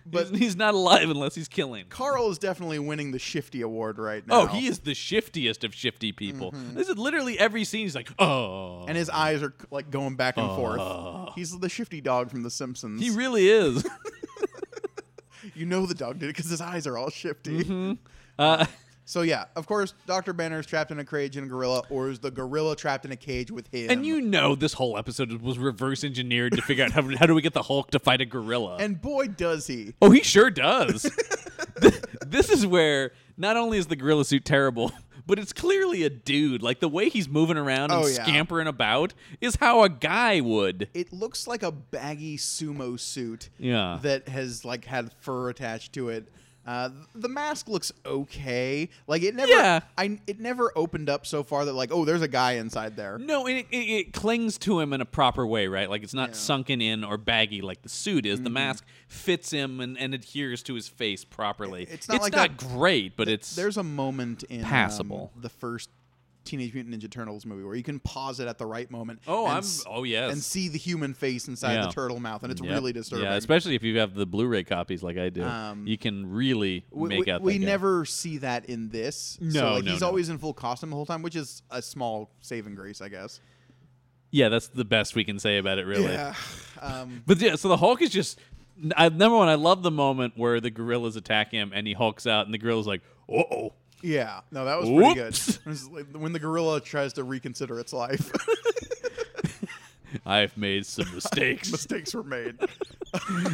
Speaker 2: But-
Speaker 1: he's, he's not alive unless he's killing.
Speaker 2: Carl is definitely winning the shifty award right now.
Speaker 1: Oh, he is the shiftiest of shifty people. This is literally every scene. He's like, oh,
Speaker 2: Mm-hmm. and his eyes are like going back and forth. He's the shifty dog from The Simpsons.
Speaker 1: Uh. he really is.
Speaker 2: you know the dog did it because his eyes are all shifty.
Speaker 1: Uh,
Speaker 2: So yeah, of course, Doctor Banner is trapped in a cage in a gorilla, or is the gorilla trapped in a cage with him?
Speaker 1: and you know, this whole episode was reverse engineered to figure out how, how do we get the Hulk to fight a gorilla.
Speaker 2: and boy does he!
Speaker 1: Oh, he sure does. Th- this is where not only is the gorilla suit terrible, but it's clearly a dude. Like the way he's moving around and
Speaker 2: Oh, yeah.
Speaker 1: scampering about is how a guy would.
Speaker 2: It looks like a baggy sumo suit.
Speaker 1: Yeah.
Speaker 2: That has like had fur attached to it. Uh, th- the mask looks okay. Like it never,
Speaker 1: Yeah.
Speaker 2: I it never opened up so far that like, oh, there's a guy inside there.
Speaker 1: No, and it, it, it clings to him in a proper way, right? Like it's not sunken in or baggy like the suit is. The
Speaker 2: Mm-hmm.
Speaker 1: mask fits him and, and adheres to his face properly.
Speaker 2: it's not like that-
Speaker 1: great, but it's
Speaker 2: There's a moment in um,
Speaker 1: Passable.
Speaker 2: the first Teenage Mutant Ninja Turtles movie where you can pause it at the right moment.
Speaker 1: Oh,
Speaker 2: and
Speaker 1: I'm-
Speaker 2: s-
Speaker 1: oh, yes.
Speaker 2: and see the human face inside
Speaker 1: Yeah.
Speaker 2: the turtle mouth, and it's
Speaker 1: Yeah.
Speaker 2: really disturbing.
Speaker 1: Yeah, especially if you have the Blu-ray copies like I do,
Speaker 2: Um,
Speaker 1: you can really
Speaker 2: we,
Speaker 1: make
Speaker 2: we-
Speaker 1: out.
Speaker 2: we
Speaker 1: that guy.
Speaker 2: never see that in this. so,
Speaker 1: No,
Speaker 2: like,
Speaker 1: no,
Speaker 2: he's
Speaker 1: no.
Speaker 2: always in full costume the whole time, which is a small saving grace, I guess.
Speaker 1: Yeah, that's the best we can say about it, really.
Speaker 2: Yeah. Um,
Speaker 1: But yeah, so the Hulk is just. I, number one, I love the moment where the gorillas attack him and he hulks out, and the gorilla's like, "Uh oh."
Speaker 2: yeah. No, that was pretty good.
Speaker 1: Whoops.
Speaker 2: It was like when the gorilla tries to reconsider its life,
Speaker 1: I've made some mistakes.
Speaker 2: mistakes were made.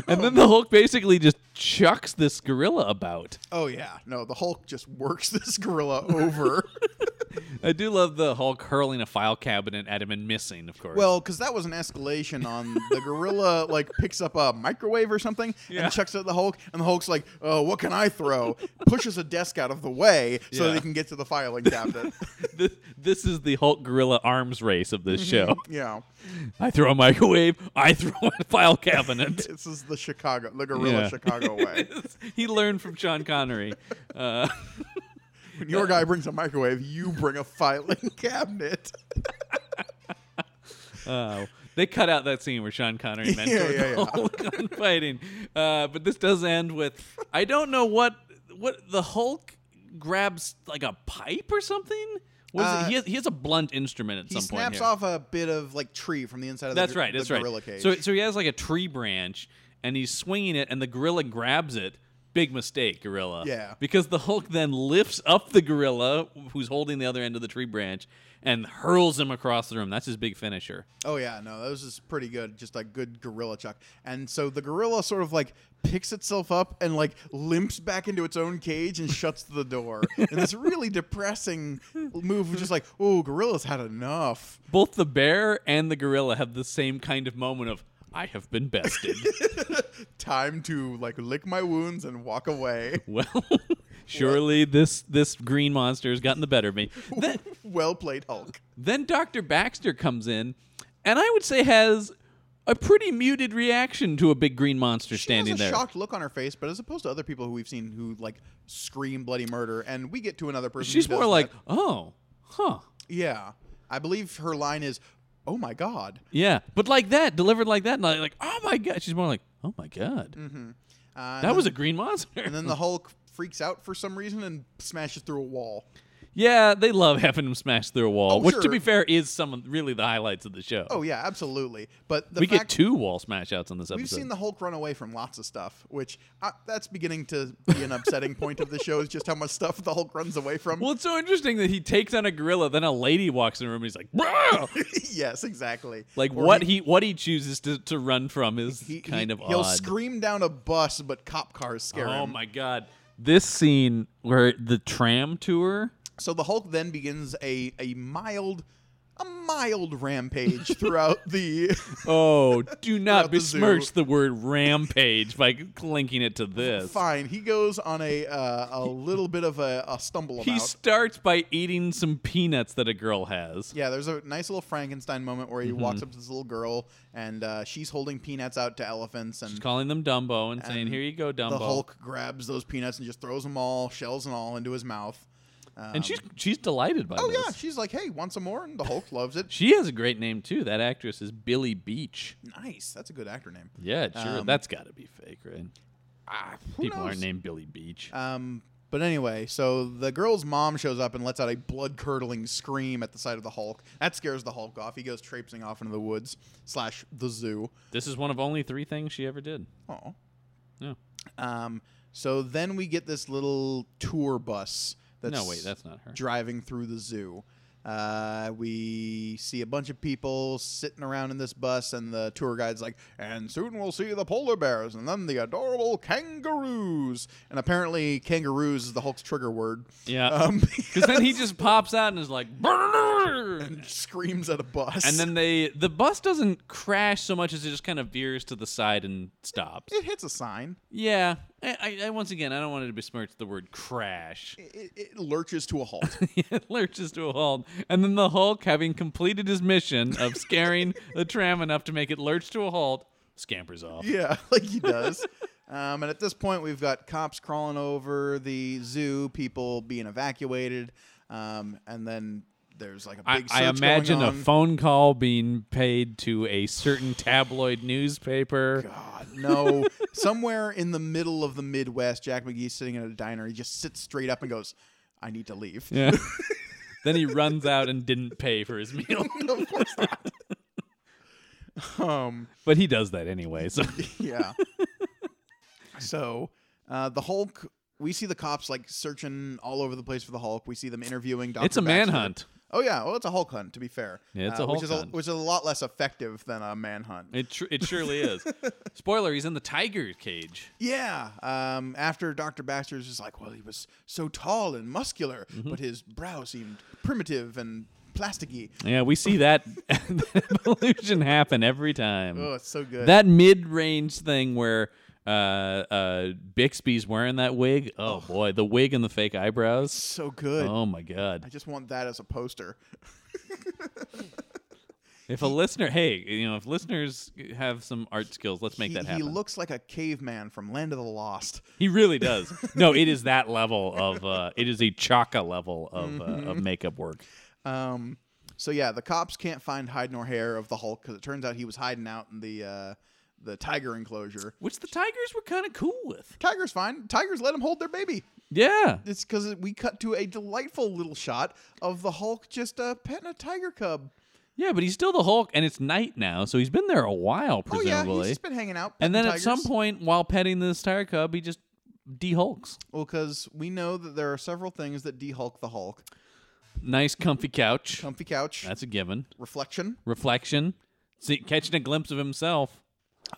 Speaker 1: and then the Hulk basically just chucks this gorilla about.
Speaker 2: Oh yeah. No, the Hulk just works this gorilla over.
Speaker 1: I do love the Hulk hurling a file cabinet at him and missing, of course.
Speaker 2: Well, because that was an escalation on the gorilla, like picks up a microwave or something
Speaker 1: Yeah.
Speaker 2: and chucks it at the Hulk, and the Hulk's like, "Oh, what can I throw?" Pushes a desk out of the way so
Speaker 1: Yeah.
Speaker 2: they can get to the filing cabinet.
Speaker 1: this, this is the Hulk gorilla arms race of this show.
Speaker 2: yeah,
Speaker 1: I throw a microwave, I throw a file cabinet.
Speaker 2: this is the Chicago, the gorilla
Speaker 1: Yeah.
Speaker 2: Chicago way.
Speaker 1: he learned from Sean Connery. Uh,
Speaker 2: When your guy brings a microwave, you bring a filing cabinet.
Speaker 1: Oh, they cut out that scene where Sean Connery mentored
Speaker 2: yeah, yeah.
Speaker 1: the Hulk on fighting. Uh, but this does end with I don't know what what the Hulk grabs like a pipe or something. What is
Speaker 2: Uh,
Speaker 1: it? He has, he has a blunt instrument at
Speaker 2: He
Speaker 1: some point.
Speaker 2: snaps
Speaker 1: here.
Speaker 2: off a bit of like tree from the inside of
Speaker 1: That's
Speaker 2: the, gor-
Speaker 1: right. That's
Speaker 2: the
Speaker 1: right.
Speaker 2: gorilla cage.
Speaker 1: So so he has like a tree branch and he's swinging it, and the gorilla grabs it. Big mistake, gorilla.
Speaker 2: Yeah.
Speaker 1: Because the Hulk then lifts up the gorilla, who's holding the other end of the tree branch, and hurls him across the room. That's his big finisher.
Speaker 2: Oh yeah, no, that was just pretty good, just a good gorilla chuck. And so the gorilla sort of like picks itself up and like limps back into its own cage and shuts the door. and this really depressing move was just like, oh, gorilla's had enough.
Speaker 1: both the bear and the gorilla have the same kind of moment of I have been bested.
Speaker 2: Time to like lick my wounds and walk away.
Speaker 1: well, surely this this green monster has gotten the better of me. Then,
Speaker 2: well played, Hulk.
Speaker 1: then Dr. Baxter comes in and I would say has a pretty muted reaction to a big green monster standing
Speaker 2: she has a
Speaker 1: there.
Speaker 2: shocked look on her face, but as opposed to other people who we've seen who like scream bloody murder, and we get to another person. who
Speaker 1: She's more
Speaker 2: does
Speaker 1: like,
Speaker 2: that.
Speaker 1: "Oh, huh."
Speaker 2: yeah. I believe her line is, "Oh my god."
Speaker 1: Yeah, but like that, delivered like that, not like, "Oh my god." She's more like, "Oh my god."
Speaker 2: Uh,
Speaker 1: That was a green monster.
Speaker 2: And then the Hulk freaks out for some reason and smashes through a wall.
Speaker 1: yeah, they love having him smash through a wall,
Speaker 2: Oh,
Speaker 1: which to
Speaker 2: sure.
Speaker 1: be fair is some of really the highlights of the show.
Speaker 2: Oh yeah, absolutely. But the
Speaker 1: we get
Speaker 2: fact
Speaker 1: two wall smash outs on this episode.
Speaker 2: we've seen the Hulk run away from lots of stuff, which uh, that's beginning to be an upsetting point of the show is just how much stuff the Hulk runs away from.
Speaker 1: well, it's so interesting that he takes on a gorilla, then a lady walks in the room and he's like, "Bruh!"
Speaker 2: yes, exactly.
Speaker 1: like
Speaker 2: Or
Speaker 1: what he, what he chooses to, to run from is
Speaker 2: he-
Speaker 1: kind
Speaker 2: he-
Speaker 1: of
Speaker 2: he'll
Speaker 1: odd.
Speaker 2: scream down a bus, but cop cars scare him.
Speaker 1: oh my god. This scene where the tram tour
Speaker 2: So the Hulk then begins a a mild a mild rampage throughout the
Speaker 1: Oh, do not
Speaker 2: Throughout the zoo.
Speaker 1: besmirch the, word rampage by linking it to this.
Speaker 2: fine. He goes on a uh, a little bit of a, a stumble
Speaker 1: He
Speaker 2: about.
Speaker 1: starts by eating some peanuts that a girl has.
Speaker 2: Yeah, there's a nice little Frankenstein moment where he
Speaker 1: Mm-hmm.
Speaker 2: walks up to this little girl and uh, she's holding peanuts out to elephants and
Speaker 1: He's calling them Dumbo and, saying,
Speaker 2: And
Speaker 1: "Here you go, Dumbo."
Speaker 2: the Hulk grabs those peanuts and just throws them all, shells and all, into his mouth. Um,
Speaker 1: and she's she's delighted by
Speaker 2: oh
Speaker 1: this.
Speaker 2: yeah, she's like, hey, want some more? And the Hulk loves it.
Speaker 1: She has a great name too. That actress is Billy Beach.
Speaker 2: Nice, that's a good actor name.
Speaker 1: Yeah, sure.
Speaker 2: Um,
Speaker 1: that's got to be fake, right?
Speaker 2: Ah, who
Speaker 1: People
Speaker 2: knows?
Speaker 1: aren't named Billy Beach.
Speaker 2: Um, but anyway, so the girl's mom shows up and lets out a blood curdling scream at the sight of the Hulk. That scares the Hulk off. He goes traipsing off into the woods slash the zoo.
Speaker 1: this is one of only three things she ever did.
Speaker 2: Oh.
Speaker 1: Yeah.
Speaker 2: Um, so then we get this little tour bus. That's
Speaker 1: No, wait, that's not her.
Speaker 2: Driving through the zoo. Uh, we see a bunch of people sitting around in this bus, and the tour guide's like, and soon we'll see the polar bears and then the adorable kangaroos. And apparently, kangaroos is the Hulk's trigger word.
Speaker 1: Yeah.
Speaker 2: Um,
Speaker 1: Because then he just pops out and is like, "Brrrr." and
Speaker 2: Screams at a bus.
Speaker 1: then they the bus doesn't crash so much as it just kind of veers to the side and stops.
Speaker 2: it hits a sign.
Speaker 1: Yeah, I, I, I once again I don't want to besmirch the word crash.
Speaker 2: It, it lurches to a halt.
Speaker 1: it lurches to a halt, and then the Hulk, having completed his mission of scaring the tram enough to make it lurch to a halt, scampers off.
Speaker 2: yeah, like he does. Um, and at this point, we've got cops crawling over the zoo, people being evacuated, um, and then there's like a
Speaker 1: I,
Speaker 2: big.
Speaker 1: I
Speaker 2: search
Speaker 1: imagine
Speaker 2: going
Speaker 1: a
Speaker 2: on.
Speaker 1: phone call being paid to a certain tabloid newspaper.
Speaker 2: God, no. Somewhere in the middle of the Midwest, Jack McGee's sitting at a diner. He just sits straight up and goes, I need to leave.
Speaker 1: Yeah. then he runs out and didn't pay for his meal.
Speaker 2: of course not. um,
Speaker 1: But he does that anyway. So
Speaker 2: yeah. so uh, the Hulk, we see the cops like searching all over the place for the Hulk. We see them interviewing Dr.
Speaker 1: it's a
Speaker 2: Baxter.
Speaker 1: manhunt.
Speaker 2: Oh yeah, well it's a Hulk hunt to be fair. Uh,
Speaker 1: Yeah, it's a
Speaker 2: which
Speaker 1: Hulk
Speaker 2: is
Speaker 1: hunt.
Speaker 2: which is a lot less effective than a manhunt.
Speaker 1: It tr- it surely is. Spoiler: He's in the tiger cage.
Speaker 2: yeah. Um, after Doctor Baxter's is like, well, he was so tall and muscular,
Speaker 1: Mm-hmm.
Speaker 2: but his brow seemed primitive and plasticky.
Speaker 1: Yeah, we see that evolution happen every time.
Speaker 2: Oh, it's so good.
Speaker 1: that mid-range thing where uh, uh, Bixby's wearing that wig. Oh boy, the wig and the fake eyebrows.
Speaker 2: so good.
Speaker 1: Oh my
Speaker 2: I
Speaker 1: god!
Speaker 2: just want that as a poster.
Speaker 1: If a listener, hey, you know, if listeners have some art skills, let's make
Speaker 2: he,
Speaker 1: that
Speaker 2: he
Speaker 1: happen.
Speaker 2: looks like a caveman from Land of the Lost.
Speaker 1: He really does. No, it is that level of uh, it is a chaka level of uh, of
Speaker 2: Mm-hmm.
Speaker 1: makeup work.
Speaker 2: Um, so yeah, the cops can't find hide nor hair of the Hulk because it turns out he was hiding out in the uh, the tiger enclosure.
Speaker 1: Which the tigers were kind of cool with.
Speaker 2: Tiger's fine. Tigers let him hold their baby.
Speaker 1: Yeah.
Speaker 2: It's because we cut to a delightful little shot of the Hulk just uh, petting a tiger cub.
Speaker 1: Yeah, but he's still the Hulk and it's night now, so he's been there a while presumably.
Speaker 2: Oh yeah, he's just been hanging out.
Speaker 1: and then
Speaker 2: petting
Speaker 1: at some
Speaker 2: tigers.
Speaker 1: point while petting this tiger cub, he just de-hulks.
Speaker 2: well, because we know that there are several things that de-Hulk the Hulk:
Speaker 1: Nice comfy couch.
Speaker 2: comfy couch,
Speaker 1: That's a given.
Speaker 2: reflection,
Speaker 1: Reflection. See, catching a glimpse of himself.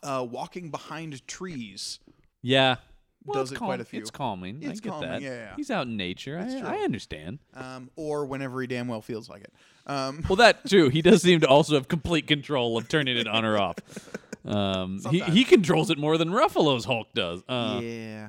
Speaker 2: uh, walking behind trees.
Speaker 1: Yeah. Well,
Speaker 2: Does
Speaker 1: it's
Speaker 2: it quite
Speaker 1: calm-
Speaker 2: a few.
Speaker 1: It's calming. I
Speaker 2: It's
Speaker 1: get
Speaker 2: calming,
Speaker 1: that.
Speaker 2: yeah, yeah.
Speaker 1: He's out in nature. I,
Speaker 2: true.
Speaker 1: I understand.
Speaker 2: um, or whenever he damn well feels like it. Um,
Speaker 1: Well, that too. He does seem to also have complete control of turning it on or off. Um, he, he controls it more than Ruffalo's Hulk does. Uh,
Speaker 2: yeah.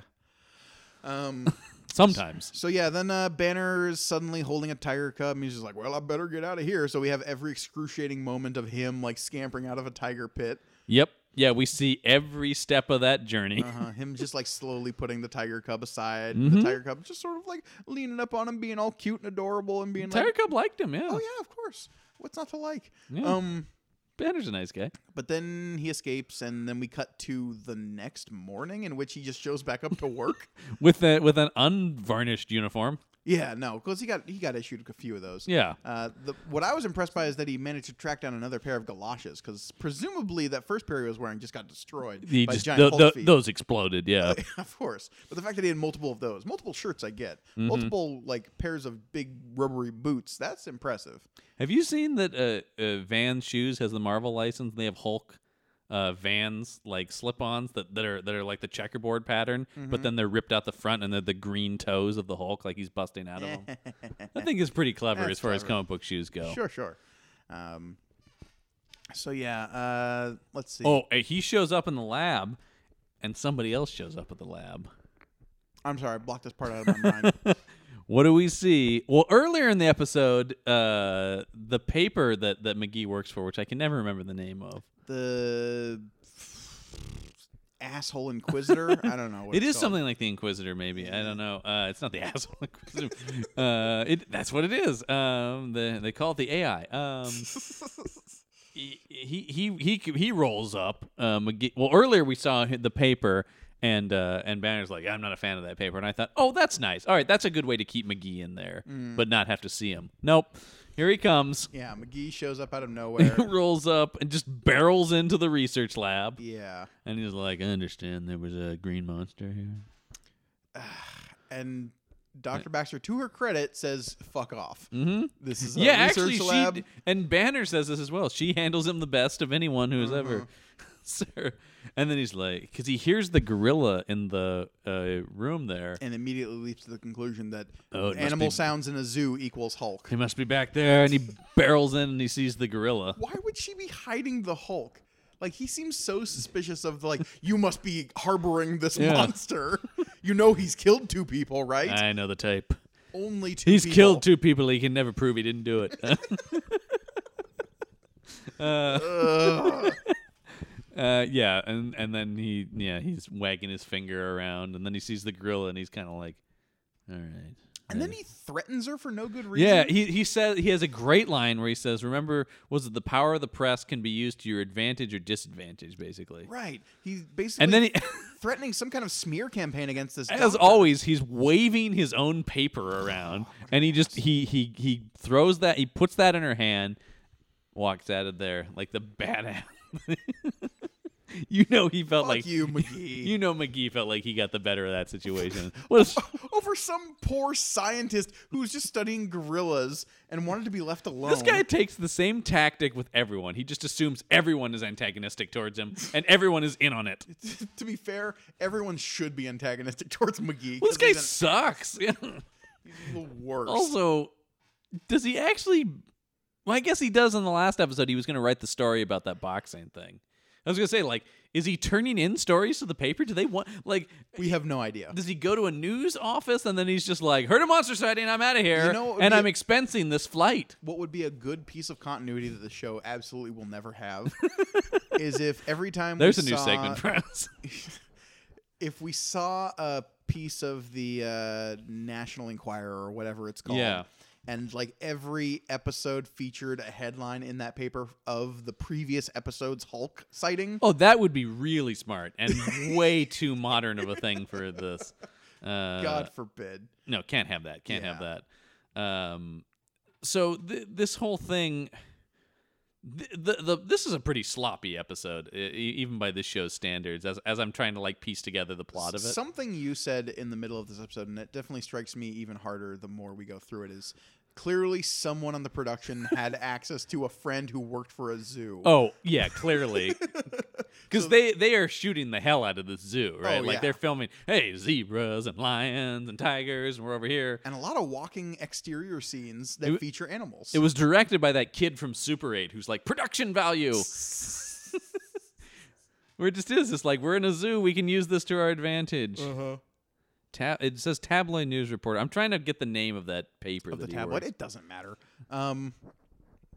Speaker 2: Um,
Speaker 1: Sometimes.
Speaker 2: so yeah, then uh, Banner is suddenly holding a tiger cub, and he's just like, "Well, I better get out of here." So we have every excruciating moment of him like scampering out of a tiger pit,
Speaker 1: Yep. Yeah, we see every step of that journey.
Speaker 2: uh, him just like slowly putting the tiger cub aside. The
Speaker 1: Mm-hmm.
Speaker 2: tiger cub just sort of like leaning up on him, being all cute and adorable, and being
Speaker 1: Tiger
Speaker 2: like,
Speaker 1: Cub liked him. Yeah.
Speaker 2: "Oh yeah, of course, what's not to like?"
Speaker 1: Yeah.
Speaker 2: Um,
Speaker 1: Banner's a nice guy.
Speaker 2: but then he escapes, and then we cut to the next morning, in which he just shows back up to work.
Speaker 1: With a, with an unvarnished uniform.
Speaker 2: Yeah, no, because he got he got issued a few of those.
Speaker 1: Yeah.
Speaker 2: Uh, the, what I was impressed by is that he managed to track down another pair of galoshes, because presumably that first pair he was wearing just got destroyed
Speaker 1: He
Speaker 2: by
Speaker 1: just
Speaker 2: giant
Speaker 1: tho-
Speaker 2: Hulk
Speaker 1: tho-
Speaker 2: feet.
Speaker 1: those exploded. Yeah.
Speaker 2: of course, but the fact that he had multiple of those, multiple shirts, I get,
Speaker 1: Mm-hmm.
Speaker 2: multiple like pairs of big rubbery boots, that's impressive.
Speaker 1: Have you seen that uh, uh, Vans shoes has the Marvel license? and They have Hulk uh, Vans like slip-ons that, that are that are like the checkerboard pattern, but
Speaker 2: Mm-hmm.
Speaker 1: then they're ripped out the front and they're the green toes of the Hulk, like he's busting out of them. I think it's pretty clever
Speaker 2: That's
Speaker 1: as far as
Speaker 2: clever.
Speaker 1: comic book shoes go.
Speaker 2: Sure, sure. Um, so yeah, uh, let's see.
Speaker 1: Oh, uh, he shows up in the lab, and somebody else shows up at the lab.
Speaker 2: I'm sorry, I blocked this part out of my mind.
Speaker 1: What do we see? Well, earlier in the episode, uh, the paper that that McGee works for, which I can never remember the name of,
Speaker 2: the asshole inquisitor. I don't know. What
Speaker 1: It is
Speaker 2: it's called.
Speaker 1: something like the Inquisitor, maybe. I don't know. Uh, it's not the asshole Inquisitor. uh, it, that's what it is. Um, the, they call it the AI. Um, he, he he he he rolls up. Uh, McGee, well, earlier we saw hi- the paper, and uh, and Banner's like, "I'm not a fan of that paper," and I thought, "Oh, that's nice. All right, that's a good way to keep McGee in there, but not have to see him." Nope. Here he comes.
Speaker 2: Yeah, McGee shows up out of nowhere.
Speaker 1: rolls up and just barrels into the research lab,
Speaker 2: yeah,
Speaker 1: and he's like, "I understand there was a green monster here."
Speaker 2: and Dr. Baxter, to her credit, says "fuck off." Mm-hmm. This is a
Speaker 1: yeah,
Speaker 2: research
Speaker 1: actually,
Speaker 2: lab. Mm-hmm.
Speaker 1: she and Banner says this as well. She handles him the best of anyone who has ever. sir. And then he's like, because he hears the gorilla in the uh, room there.
Speaker 2: and immediately leaps to the conclusion that
Speaker 1: Oh, it must
Speaker 2: animal
Speaker 1: be-
Speaker 2: sounds in a zoo equals Hulk.
Speaker 1: He must be back there. And he barrels in and he sees the gorilla.
Speaker 2: Why would she be hiding the Hulk? Like he seems so suspicious of like you must be harboring this
Speaker 1: Yeah.
Speaker 2: monster. You know he's killed two people, right?
Speaker 1: I know the type.
Speaker 2: Only two.
Speaker 1: He's
Speaker 2: people.
Speaker 1: killed two people. He can never prove he didn't do it. uh, uh, yeah, and and then he yeah he's wagging his finger around, and then he sees the gorilla, and he's kind of like, all right.
Speaker 2: And then he threatens her for no good reason.
Speaker 1: Yeah, he he says he has a great line where he says, "Remember, was it the power of the press can be used to your advantage or disadvantage, basically?"
Speaker 2: Right. He's basically
Speaker 1: then he-
Speaker 2: threatening some kind of smear campaign against this.
Speaker 1: As
Speaker 2: doctor.
Speaker 1: always, he's waving his own paper
Speaker 2: Oh,
Speaker 1: around, and he just he he he throws that he puts that in her hand, walks out of there like the badass. you know he felt
Speaker 2: Fuck
Speaker 1: like
Speaker 2: you, McGee.
Speaker 1: You know McGee felt like he got the better of that situation. What a-
Speaker 2: over some poor scientist who's just studying gorillas and wanted to be left alone.
Speaker 1: This guy takes the same tactic with everyone. He just assumes everyone is antagonistic towards him, and everyone is in on it.
Speaker 2: to be fair, everyone should be antagonistic towards McGee.
Speaker 1: Well, this
Speaker 2: 'cause
Speaker 1: guy
Speaker 2: he's
Speaker 1: sucks.
Speaker 2: an- the worst.
Speaker 1: also, does he actually? Well, I guess he does. In the last episode, he was going to write the story about that boxing thing. I was going to say, like, is he turning in stories to the paper? Do they want like?
Speaker 2: we have no idea.
Speaker 1: Does he go to a news office and then he's just like, "Heard a monster sighting, I'm out of here,
Speaker 2: You know what would
Speaker 1: and
Speaker 2: be-
Speaker 1: I'm expensing this flight."
Speaker 2: What would be a good piece of continuity that the show absolutely will never have is if every time
Speaker 1: There's
Speaker 2: we
Speaker 1: a new
Speaker 2: saw-
Speaker 1: segment for us.
Speaker 2: if we saw a piece of the uh, National Enquirer or whatever it's called,
Speaker 1: Yeah.
Speaker 2: and like every episode featured a headline in that paper of the previous episode's Hulk sighting,
Speaker 1: Oh, that would be really smart and way too modern of a thing for this. Uh,
Speaker 2: God forbid.
Speaker 1: No, can't have that. Can't
Speaker 2: Yeah.
Speaker 1: have that. Um, so th- this whole thing, th- the, the this is a pretty sloppy episode, e- e- even by this show's standards. As as I'm trying to like piece together the plot of it.
Speaker 2: Something you said in the middle of this episode, and it definitely strikes me even harder the more we go through it, is clearly someone on the production had access to a friend who worked for a zoo.
Speaker 1: Oh yeah, clearly, because they they are shooting the hell out of this zoo, right?
Speaker 2: Oh,
Speaker 1: like
Speaker 2: yeah.
Speaker 1: they're filming, hey, zebras and lions and tigers, and we're over here.
Speaker 2: And a lot of walking exterior scenes that feature animals.
Speaker 1: It was directed by that kid from Super 8 who's like production value. We're just is it's like we're in a zoo. We can use this to our advantage. Uh-huh. Ta- it says tabloid news reporter. I'm trying to get the name of that paper
Speaker 2: of the
Speaker 1: that he
Speaker 2: tabloid.
Speaker 1: works-
Speaker 2: It doesn't matter. Um,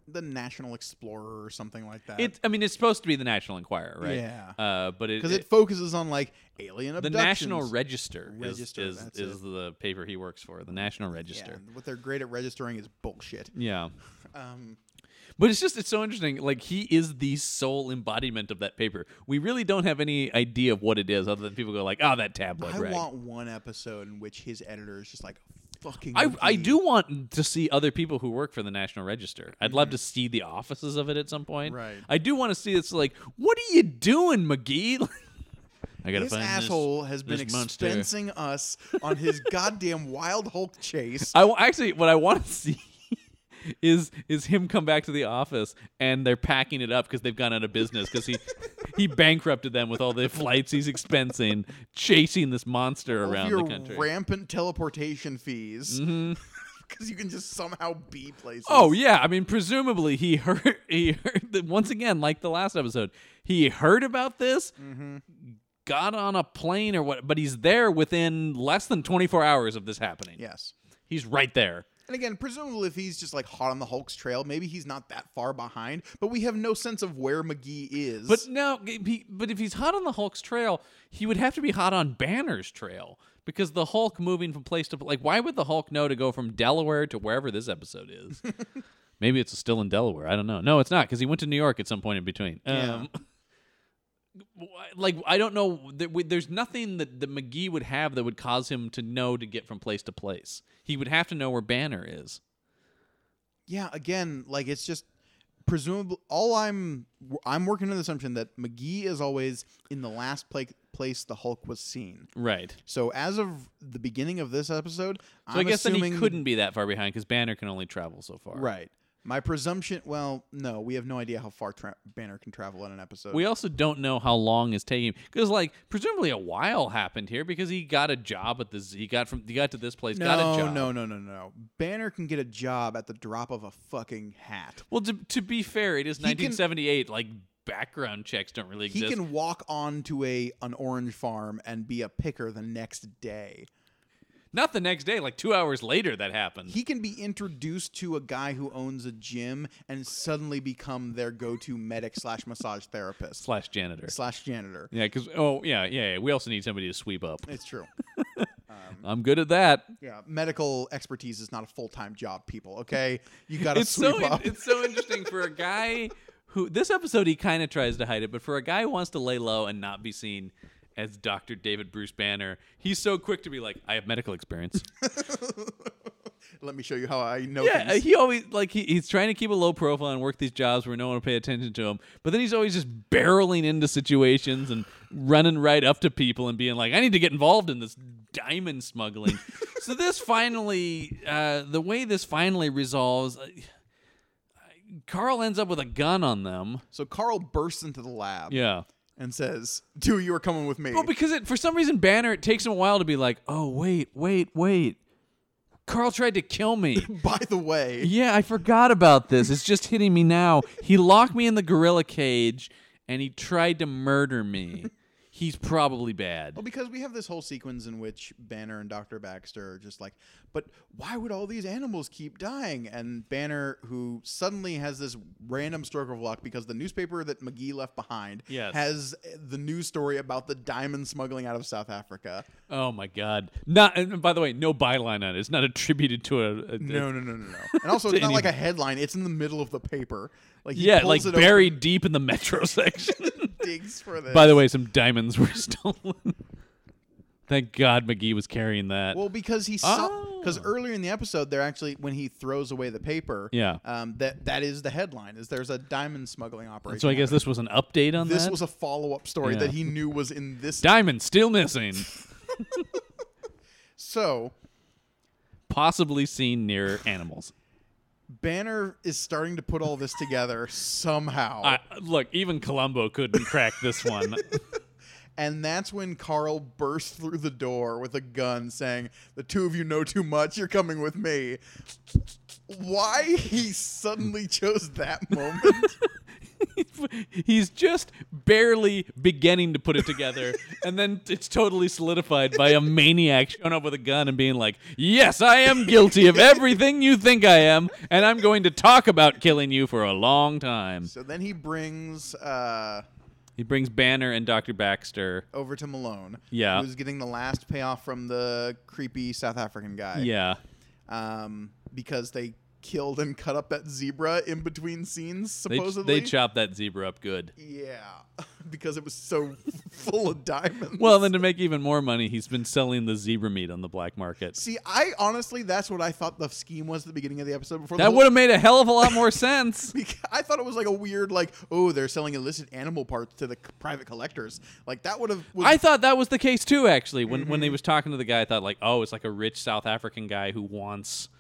Speaker 2: the National Explorer or something like that.
Speaker 1: It, I mean, it's supposed to be the National Enquirer, right?
Speaker 2: Yeah.
Speaker 1: Uh, but it,
Speaker 2: because
Speaker 1: it-
Speaker 2: it, focuses on like alien
Speaker 1: the
Speaker 2: abductions.
Speaker 1: National Register, is-
Speaker 2: Register,
Speaker 1: is
Speaker 2: that's
Speaker 1: is,
Speaker 2: it.
Speaker 1: the paper he works for. The National
Speaker 2: Yeah,
Speaker 1: Register.
Speaker 2: and what they're great at registering is bullshit.
Speaker 1: Yeah.
Speaker 2: Um,
Speaker 1: But it's just it's so interesting. Like he is the sole embodiment of that paper. We really don't have any idea of what it is, other than people go like, "Oh, that tabloid."
Speaker 2: I
Speaker 1: rag."
Speaker 2: want one episode in which his editor is just like fucking.
Speaker 1: I, I
Speaker 2: McGee.
Speaker 1: do want to see other people who work for the National Register. I'd love to see the offices of it at some point.
Speaker 2: Mm-hmm. Right.
Speaker 1: I do want to see it's like, what are you doing, McGee? I gotta
Speaker 2: This
Speaker 1: find this-
Speaker 2: asshole has been
Speaker 1: this monster.
Speaker 2: expensing us on his goddamn wild Hulk chase.
Speaker 1: I w- actually what I want to see is is him come back to the office and they're packing it up because they've gone out of business because he he bankrupted them with all the flights he's expensing chasing this monster
Speaker 2: All of
Speaker 1: around
Speaker 2: your
Speaker 1: the country. Mm-hmm.
Speaker 2: rampant teleportation fees. Because you can just somehow be places.
Speaker 1: Oh yeah, I mean presumably he heard he heard that once again like the last episode. He heard about this, got on a plane or what, but he's there within less than 24 hours of this happening.
Speaker 2: yes.
Speaker 1: He's right there.
Speaker 2: And again, presumably if he's just like hot on the Hulk's trail, maybe he's not that far behind, but we have no sense of where McGee is.
Speaker 1: But no, he, but if he's hot on the Hulk's trail, he would have to be hot on Banner's trail because the Hulk moving from place to like, why would the Hulk know to go from Delaware to wherever this episode is? Maybe it's still in Delaware. I don't know. No, it's not because he went to New York at some point in between. Um, why- like I don't know. There, we, there's nothing that, that McGee would have that would cause him to know to get from place to place. He would have to know where Banner is.
Speaker 2: yeah, again, like it's just presumably all I'm I'm working on the assumption that McGee is always in the last pla- place the Hulk was seen.
Speaker 1: Right.
Speaker 2: So as of the beginning of this episode,
Speaker 1: So i
Speaker 2: I'm
Speaker 1: guess then
Speaker 2: assuming
Speaker 1: he couldn't be that far behind because Banner can only travel so far.
Speaker 2: Right. My presumption. Well, no, we have no idea how far tra- Banner can travel in an episode.
Speaker 1: We also don't know how long is taking because, like, presumably a while happened here because he got a job at this. He got from he got to this place,
Speaker 2: no,
Speaker 1: got a job.
Speaker 2: no, no, no, no. Banner can get a job at the drop of a fucking hat.
Speaker 1: Well, to, to be fair, it is
Speaker 2: can-
Speaker 1: 1978. like background checks don't really
Speaker 2: He
Speaker 1: exist.
Speaker 2: can walk onto a an orange farm and be a picker the next day.
Speaker 1: Not the next day. Like two hours later, that happened.
Speaker 2: He can be introduced to a guy who owns a gym and suddenly become their go-to medic slash massage therapist
Speaker 1: slash janitor.
Speaker 2: slash janitor.
Speaker 1: yeah, because oh yeah, yeah, yeah. We also need somebody to sweep up.
Speaker 2: It's true.
Speaker 1: I'm good at that.
Speaker 2: Yeah, medical expertise is not a full-time job, people. Okay, you got to
Speaker 1: it's
Speaker 2: sweep
Speaker 1: so
Speaker 2: up.
Speaker 1: it's so interesting for a guy who this episode he kind of tries to hide it, but for a guy who wants to lay low and not be seen as Dr. David Bruce Banner, he's so quick to be like, I have medical experience.
Speaker 2: Let me show you how I know.
Speaker 1: yeah,
Speaker 2: things.
Speaker 1: he always like he, he's trying to keep a low profile and work these jobs where no one will pay attention to him. But then he's always just barreling into situations and running right up to people and being like, "I need to get involved in this diamond smuggling." so this finally, uh, the way this finally resolves, uh, Carl ends up with a gun on them.
Speaker 2: So Carl bursts into the lab
Speaker 1: Yeah.
Speaker 2: and says, "Dude, you are coming with me."
Speaker 1: Well, because it, for some reason, Banner, it takes him a while to be like, oh, wait, wait, wait. Carl tried to kill me.
Speaker 2: By the way,
Speaker 1: yeah, I forgot about this. It's just hitting me now. He locked me in the gorilla cage and he tried to murder me. He's probably
Speaker 2: well,
Speaker 1: bad.
Speaker 2: because we have this whole sequence in which Banner and Doctor Baxter are just like, "But why would all these animals keep dying?" And Banner, who suddenly has this random stroke of luck because the newspaper that McGee left behind
Speaker 1: Yes.
Speaker 2: has the news story about the diamond smuggling out of South Africa.
Speaker 1: Oh my god. Not and by the way, no byline on it. It's not attributed to a, a- a-
Speaker 2: No, no, no, no, no. And also, it's not
Speaker 1: Any-
Speaker 2: like a headline; it's in the middle of the paper. Like, he
Speaker 1: Yeah,
Speaker 2: pulls
Speaker 1: like
Speaker 2: it
Speaker 1: buried deep in the metro section.
Speaker 2: open, digs for this.
Speaker 1: By the way, some diamonds were stolen. Thank God McGee was carrying that.
Speaker 2: Well, because he
Speaker 1: Oh.
Speaker 2: because earlier in the episode, they're actually when he throws away the paper.
Speaker 1: Yeah.
Speaker 2: Um. That that is the headline. Is there's a diamond smuggling operation.
Speaker 1: so I guess this was an update on
Speaker 2: this
Speaker 1: that?
Speaker 2: was a follow up story
Speaker 1: Yeah.
Speaker 2: that he knew was in this.
Speaker 1: diamond still missing,
Speaker 2: so
Speaker 1: possibly seen near animals.
Speaker 2: Banner is starting to put all this together somehow,
Speaker 1: I, look, even Columbo couldn't crack this one.
Speaker 2: and that's when Carl bursts through the door with a gun, saying, "The two of you know too much. You're coming with me." Why he suddenly chose that moment?
Speaker 1: He's just barely beginning to put it together, and then it's totally solidified by a maniac showing up with a gun and being like, "Yes, I am guilty of everything you think I am, and I'm going to talk about killing you for a long time."
Speaker 2: so then he brings. Uh,
Speaker 1: He brings Banner and Doctor Baxter.
Speaker 2: over to Malone.
Speaker 1: Yeah.
Speaker 2: Who's getting the last payoff from the creepy South African guy.
Speaker 1: Yeah,
Speaker 2: Um, because they killed and cut up that zebra in between scenes,
Speaker 1: they
Speaker 2: supposedly.
Speaker 1: they chopped that zebra up good.
Speaker 2: Yeah. because it was so full of diamonds.
Speaker 1: Well, then to make even more money, he's been selling the zebra meat on the black market.
Speaker 2: See, I honestly, that's what I thought the scheme was at the beginning of the episode. Before the
Speaker 1: That
Speaker 2: whole-
Speaker 1: would have made a hell of a lot more sense.
Speaker 2: Beca- I thought it was like a weird, like, oh, they're selling illicit animal parts to the c- private collectors. Like that would have.
Speaker 1: I thought that was the case too. Actually, when when
Speaker 2: Mm-hmm.
Speaker 1: he was talking to the guy, I thought like, oh, it's like a rich South African guy who wants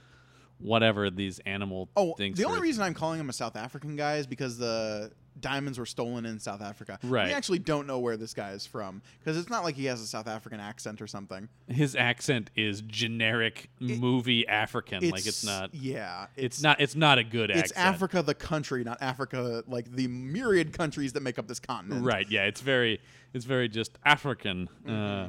Speaker 1: whatever these animal
Speaker 2: Oh,
Speaker 1: things.
Speaker 2: the only
Speaker 1: for-
Speaker 2: reason I'm calling him a South African guy is because the diamonds were stolen in South Africa.
Speaker 1: Right.
Speaker 2: We actually don't know where this guy is from because it's not like he has a South African accent or something.
Speaker 1: his accent is generic movie African. like it's not.
Speaker 2: Yeah.
Speaker 1: It's not. It's not a good
Speaker 2: It's
Speaker 1: accent.
Speaker 2: Africa, the country, not Africa, like the myriad countries that make up this continent.
Speaker 1: Right. Yeah. It's very. It's very just African.
Speaker 2: Mm-hmm.
Speaker 1: Uh,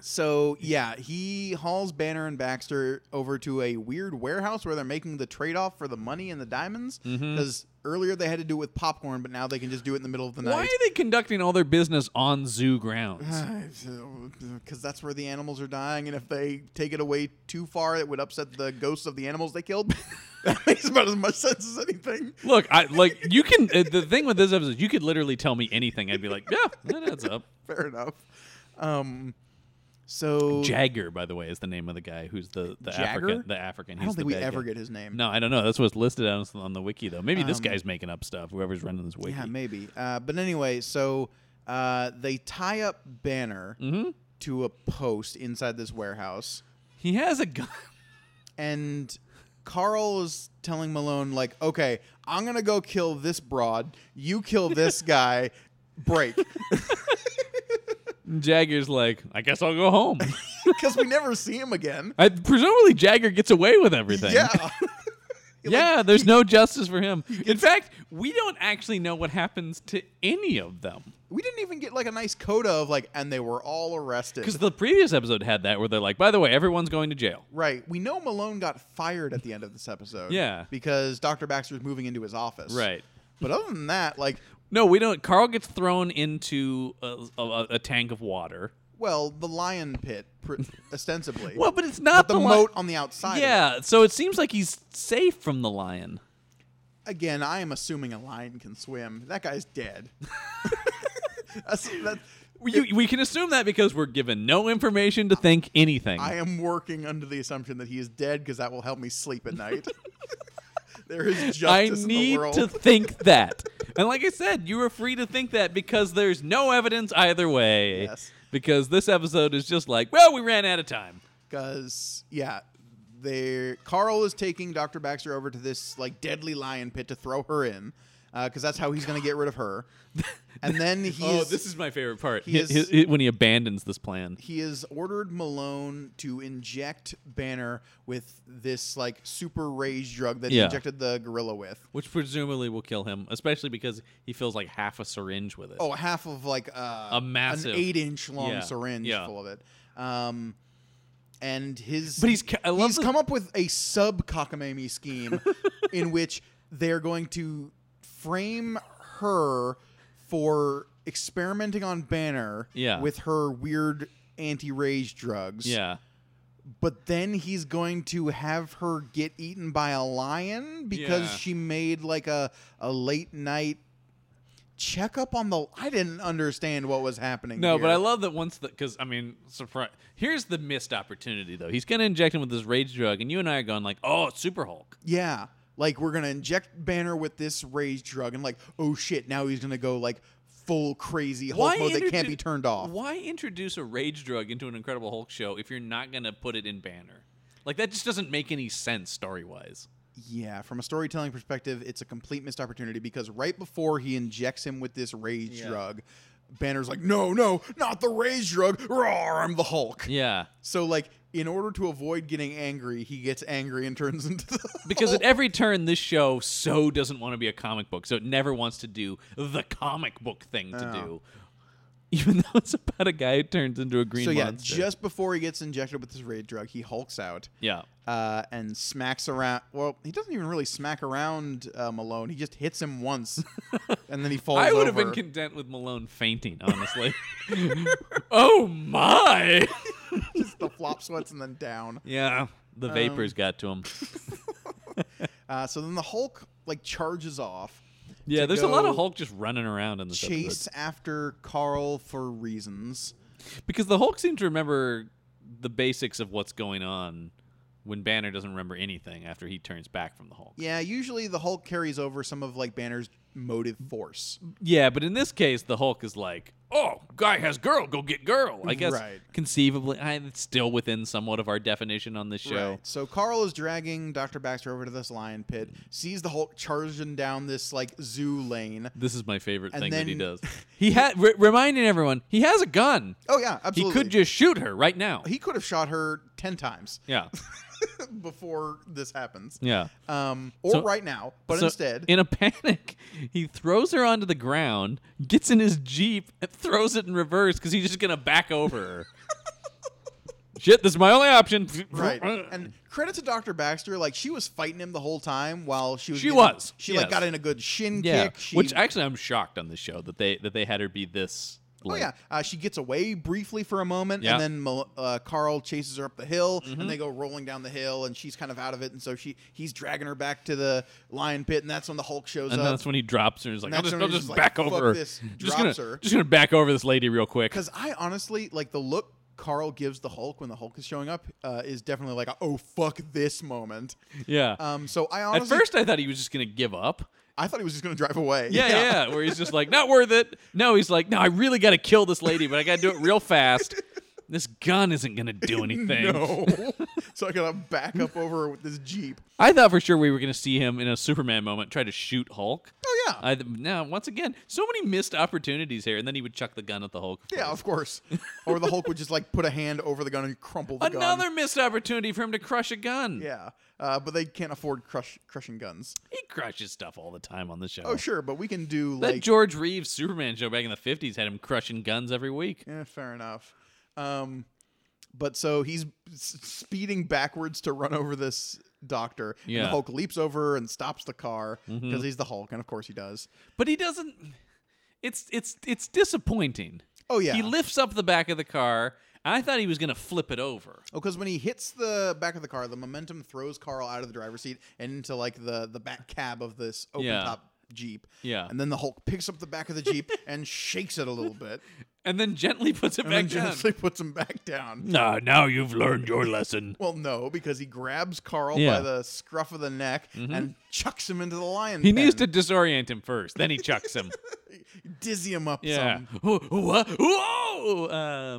Speaker 2: So yeah, he hauls Banner and Baxter over to a weird warehouse where they're making the trade-off for the money and the diamonds.
Speaker 1: Mm-hmm.
Speaker 2: Because earlier they had to do it with popcorn, but now they can just do it in the middle of the night.
Speaker 1: why are they conducting all their business on zoo
Speaker 2: Uh-huh.
Speaker 1: grounds?
Speaker 2: because that's where the animals are dying, and if they take it away too far, it would upset the ghosts of the animals they killed. that makes about as much sense as anything.
Speaker 1: Look, I like you can. Uh, the thing with this episode, is you could literally tell me anything. I'd be like, yeah, that adds up.
Speaker 2: Fair enough. Um, so
Speaker 1: Jagger, by the way, is the name of the guy who's the the
Speaker 2: Jagger?
Speaker 1: African. The African.
Speaker 2: I
Speaker 1: he's
Speaker 2: don't
Speaker 1: the
Speaker 2: think we
Speaker 1: bad
Speaker 2: ever
Speaker 1: guy.
Speaker 2: get his name.
Speaker 1: No, I don't know. That's what's listed on, on the wiki, though. Maybe this
Speaker 2: Um,
Speaker 1: guy's making up stuff. Whoever's running this wiki.
Speaker 2: Yeah, maybe. Uh, but anyway, so uh, they tie up Banner
Speaker 1: Mm-hmm.
Speaker 2: to a post inside this warehouse,
Speaker 1: he has a gun.
Speaker 2: and Carl is telling Malone, like, okay, I'm gonna go kill this broad. You kill this guy. Break,
Speaker 1: Jagger's like, I guess I'll go home.
Speaker 2: because we never see him again.
Speaker 1: I, presumably, Jagger gets away with everything.
Speaker 2: Yeah,
Speaker 1: yeah. There's no justice for him. In fact, we don't actually know what happens to any of them
Speaker 2: we didn't even get like a nice coda of like, and they were all arrested.
Speaker 1: because the previous episode had that where they're like, by the way, everyone's going to jail.
Speaker 2: Right. We know Malone got fired at the end of this episode.
Speaker 1: Yeah.
Speaker 2: Because Dr. Baxter's moving into his office.
Speaker 1: Right.
Speaker 2: But other than that, like,
Speaker 1: No, we don't. Carl gets thrown into a, a, a tank of water.
Speaker 2: well, the lion pit, pr- ostensibly.
Speaker 1: Well, but it's not
Speaker 2: the,
Speaker 1: the li-
Speaker 2: moat on the outside. of it.
Speaker 1: Yeah, so it seems like he's safe from the lion.
Speaker 2: Again, I am assuming a lion can swim. That guy's dead. That's, that,
Speaker 1: You, we can assume that because we're given no information to think anything.
Speaker 2: I am working under the assumption that he is dead because that will help me sleep at night. there is
Speaker 1: I
Speaker 2: justice in the
Speaker 1: need
Speaker 2: world.
Speaker 1: to think that. And like I said, you are free to think that because there's no evidence either way.
Speaker 2: Yes.
Speaker 1: Because this episode is just like, well, we ran out of time.
Speaker 2: because yeah they carl is taking dr baxter over to this like deadly lion pit to throw her in because that's how he's going to get rid of her and then he
Speaker 1: oh,
Speaker 2: is,
Speaker 1: this is my favorite part.
Speaker 2: he
Speaker 1: He
Speaker 2: is-
Speaker 1: when he abandons this plan.
Speaker 2: he has ordered malone to inject banner with this like super rage drug that he
Speaker 1: Yeah.
Speaker 2: injected the gorilla with
Speaker 1: Which presumably will kill him, especially because he fills like half a syringe with it.
Speaker 2: oh half of like uh,
Speaker 1: A massive-
Speaker 2: an eight inch long
Speaker 1: yeah,
Speaker 2: syringe
Speaker 1: yeah.
Speaker 2: full of it um and his
Speaker 1: But he's ca- I love
Speaker 2: he's
Speaker 1: the-
Speaker 2: come up with a sub cockamamie scheme in which they're going to frame her for experimenting on banner
Speaker 1: Yeah.
Speaker 2: with her weird anti-rage drugs
Speaker 1: Yeah.
Speaker 2: but then he's going to have her get eaten by a lion because
Speaker 1: Yeah.
Speaker 2: she made like a, a late night checkup on the i didn't understand what was happening
Speaker 1: No,
Speaker 2: here.
Speaker 1: but I love that once the because I mean, surprise. Here's the missed opportunity though. He's gonna inject him with this rage drug, and you and I are going like, oh, it's Super Hulk.
Speaker 2: yeah like we're gonna inject banner with this rage drug and like oh shit now he's gonna go like full crazy hulk mode that can't
Speaker 1: introdu-
Speaker 2: be turned off
Speaker 1: Why introduce a rage drug into an Incredible Hulk show if you're not gonna put it in Banner? Like that just doesn't make any sense story wise.
Speaker 2: yeah from a storytelling perspective it's a complete missed opportunity because right before he injects him with this rage drug banner's like no no not the rage drug roar i'm the hulk
Speaker 1: Yeah,
Speaker 2: So like in order to avoid getting angry, he gets angry and turns into the
Speaker 1: because
Speaker 2: Oh.
Speaker 1: at every turn, this show so doesn't want to be a comic book, so it never wants to do the comic book thing to do, even though it's about a guy who turns into a green
Speaker 2: So yeah,
Speaker 1: monster.
Speaker 2: just before he gets injected with this raid drug, he hulks out.
Speaker 1: yeah.
Speaker 2: Uh, and smacks around. Well, he doesn't even really smack around uh, Malone. He just hits him once, and then he falls.
Speaker 1: I would have
Speaker 2: over.
Speaker 1: been content with Malone fainting, honestly. oh my!
Speaker 2: the flop sweats and then down.
Speaker 1: Yeah, the vapors got to him.
Speaker 2: Uh, so then the Hulk like charges off,
Speaker 1: Yeah, there's a lot of
Speaker 2: go
Speaker 1: Hulk just running around in this episode.
Speaker 2: chase after Carl for reasons.
Speaker 1: because the Hulk seemed to remember the basics of what's going on when Banner doesn't remember anything after he turns back from the Hulk.
Speaker 2: Yeah, usually the Hulk carries over some of like Banner's motive force.
Speaker 1: Yeah, but in this case, the Hulk is like, "Oh, guy has girl, go get girl." I guess
Speaker 2: Right.
Speaker 1: conceivably, I, it's still within somewhat of our definition on this show.
Speaker 2: Right. So Carl is dragging Dr. Baxter over to this lion pit, sees the Hulk charging down this like zoo lane.
Speaker 1: This is my favorite
Speaker 2: And
Speaker 1: thing that he
Speaker 2: then-
Speaker 1: does. He had re- reminding everyone he has a gun.
Speaker 2: Oh yeah, absolutely.
Speaker 1: He could just shoot her right now.
Speaker 2: he could have shot her 10 times
Speaker 1: yeah,
Speaker 2: before this happens.
Speaker 1: yeah.
Speaker 2: Um or
Speaker 1: So-
Speaker 2: right now, but
Speaker 1: So,
Speaker 2: instead
Speaker 1: in a panic, he throws her onto the ground, gets in his jeep, and throws it in reverse because he's just gonna back over her. Shit, this is my only option.
Speaker 2: Right. And credit to Dr. Baxter, like she was fighting him the whole time while she was
Speaker 1: She
Speaker 2: getting-
Speaker 1: was,
Speaker 2: She like
Speaker 1: yes.
Speaker 2: got in a good shin
Speaker 1: yeah,
Speaker 2: kick. She,
Speaker 1: which actually I'm shocked on this show that they that they had her be this.
Speaker 2: Oh
Speaker 1: late.
Speaker 2: yeah, uh, she gets away briefly for a moment,
Speaker 1: Yeah. Mm-hmm.
Speaker 2: and then Mal- uh, Carl chases her up the hill, and they go rolling down the hill, and she's kind of out of it, and so she he's dragging her back to the lion pit, and that's when the Hulk shows
Speaker 1: And
Speaker 2: up.
Speaker 1: that's when he drops her. and He's like,
Speaker 2: And
Speaker 1: I'll
Speaker 2: that's
Speaker 1: just, I'll
Speaker 2: when he's
Speaker 1: just
Speaker 2: like,
Speaker 1: back
Speaker 2: "Fuck
Speaker 1: over her.
Speaker 2: this,"
Speaker 1: Just gonna,
Speaker 2: drops her.
Speaker 1: just gonna back over this lady real quick.
Speaker 2: Because I honestly like the look Carl gives the Hulk when the Hulk is showing up uh, is definitely like a, oh fuck this moment.
Speaker 1: Yeah.
Speaker 2: Um, so I
Speaker 1: At
Speaker 2: honestly
Speaker 1: first, I thought he was just gonna give up.
Speaker 2: I thought he was just gonna drive away.
Speaker 1: Yeah, yeah, Where he's just like, not worth it. No, he's like, no, I really got to kill this lady, but I got to do it real fast. This gun isn't going to do anything.
Speaker 2: No. so I gotta back up over with this Jeep.
Speaker 1: I thought for sure we were going to see him in a Superman moment try to shoot Hulk.
Speaker 2: Oh, yeah.
Speaker 1: I, now, once again, so many missed opportunities here, and then he would chuck the gun at the Hulk.
Speaker 2: Yeah, of course. or the Hulk would just like put a hand over the gun and crumple the gun.
Speaker 1: Another missed opportunity for him to crush a gun.
Speaker 2: Yeah, uh, but they can't afford crush crushing guns.
Speaker 1: He crushes stuff all the time on the show.
Speaker 2: Oh, sure, but we can do
Speaker 1: That
Speaker 2: like.
Speaker 1: George Reeves Superman show back in the 50s had him crushing guns every week.
Speaker 2: Eh, fair enough. Um, but so he's s- speeding backwards to run over this doctor. And
Speaker 1: Yeah. Mm-hmm.
Speaker 2: the Hulk leaps over and stops the car because he's the Hulk, and of course he does.
Speaker 1: But he doesn't it's it's it's disappointing.
Speaker 2: Oh, yeah.
Speaker 1: He lifts up the back of the car. I thought he was going to flip it over.
Speaker 2: Oh, because when he hits the back of the car, the momentum throws Carl out of the driver's seat and into like the the back cab of this open
Speaker 1: Yeah.
Speaker 2: top Jeep.
Speaker 1: Yeah.
Speaker 2: And then the Hulk picks up the back of the Jeep and shakes it a little bit,
Speaker 1: And then gently puts it
Speaker 2: and
Speaker 1: back
Speaker 2: then
Speaker 1: down.
Speaker 2: gently puts him back down.
Speaker 1: Nah, now you've learned your lesson.
Speaker 2: Well, no, because he grabs Carl
Speaker 1: Yeah. Mm-hmm.
Speaker 2: by the scruff of the neck and chucks him into the lion.
Speaker 1: He needs to
Speaker 2: pen.
Speaker 1: disorient him first, then he chucks him.
Speaker 2: dizzy him up.
Speaker 1: Yeah.
Speaker 2: Some.
Speaker 1: Whoa, whoa, whoa!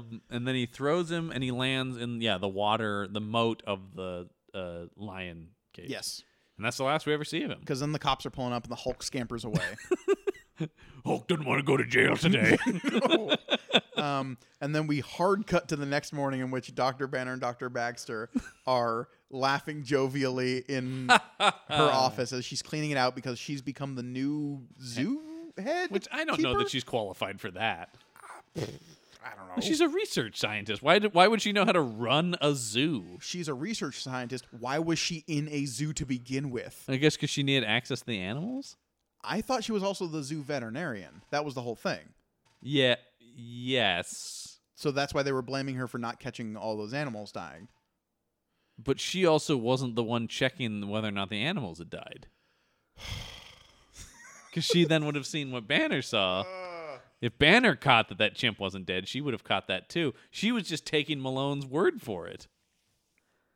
Speaker 1: Um, and then he throws him, and he lands in yeah the water, the moat of the uh, lion cage.
Speaker 2: Yes,
Speaker 1: and that's the last we ever see of him.
Speaker 2: because then the cops are pulling up and the Hulk scampers away.
Speaker 1: Hulk didn't want to go to jail today.
Speaker 2: um, and then we hard cut to the next morning in which Dr. Banner and Dr. Baxter are laughing jovially in her office as she's cleaning it out because she's become the new zoo head.
Speaker 1: Which I don't know
Speaker 2: keeper?
Speaker 1: that she's qualified for that.
Speaker 2: I don't know.
Speaker 1: She's a research scientist. Why? Did, why would she know how to run a zoo?
Speaker 2: She's a research scientist. Why was she in a zoo to begin with?
Speaker 1: I guess because she needed access to the animals.
Speaker 2: I thought she was also the zoo veterinarian. That was the whole thing.
Speaker 1: Yeah. Yes.
Speaker 2: So that's why they were blaming her for not catching all those animals dying.
Speaker 1: But she also wasn't the one checking whether or not the animals had died. Because she then would have seen what Banner saw.
Speaker 2: Uh.
Speaker 1: If Banner caught that that chimp wasn't dead, she would have caught that too. She was just taking Malone's word for it.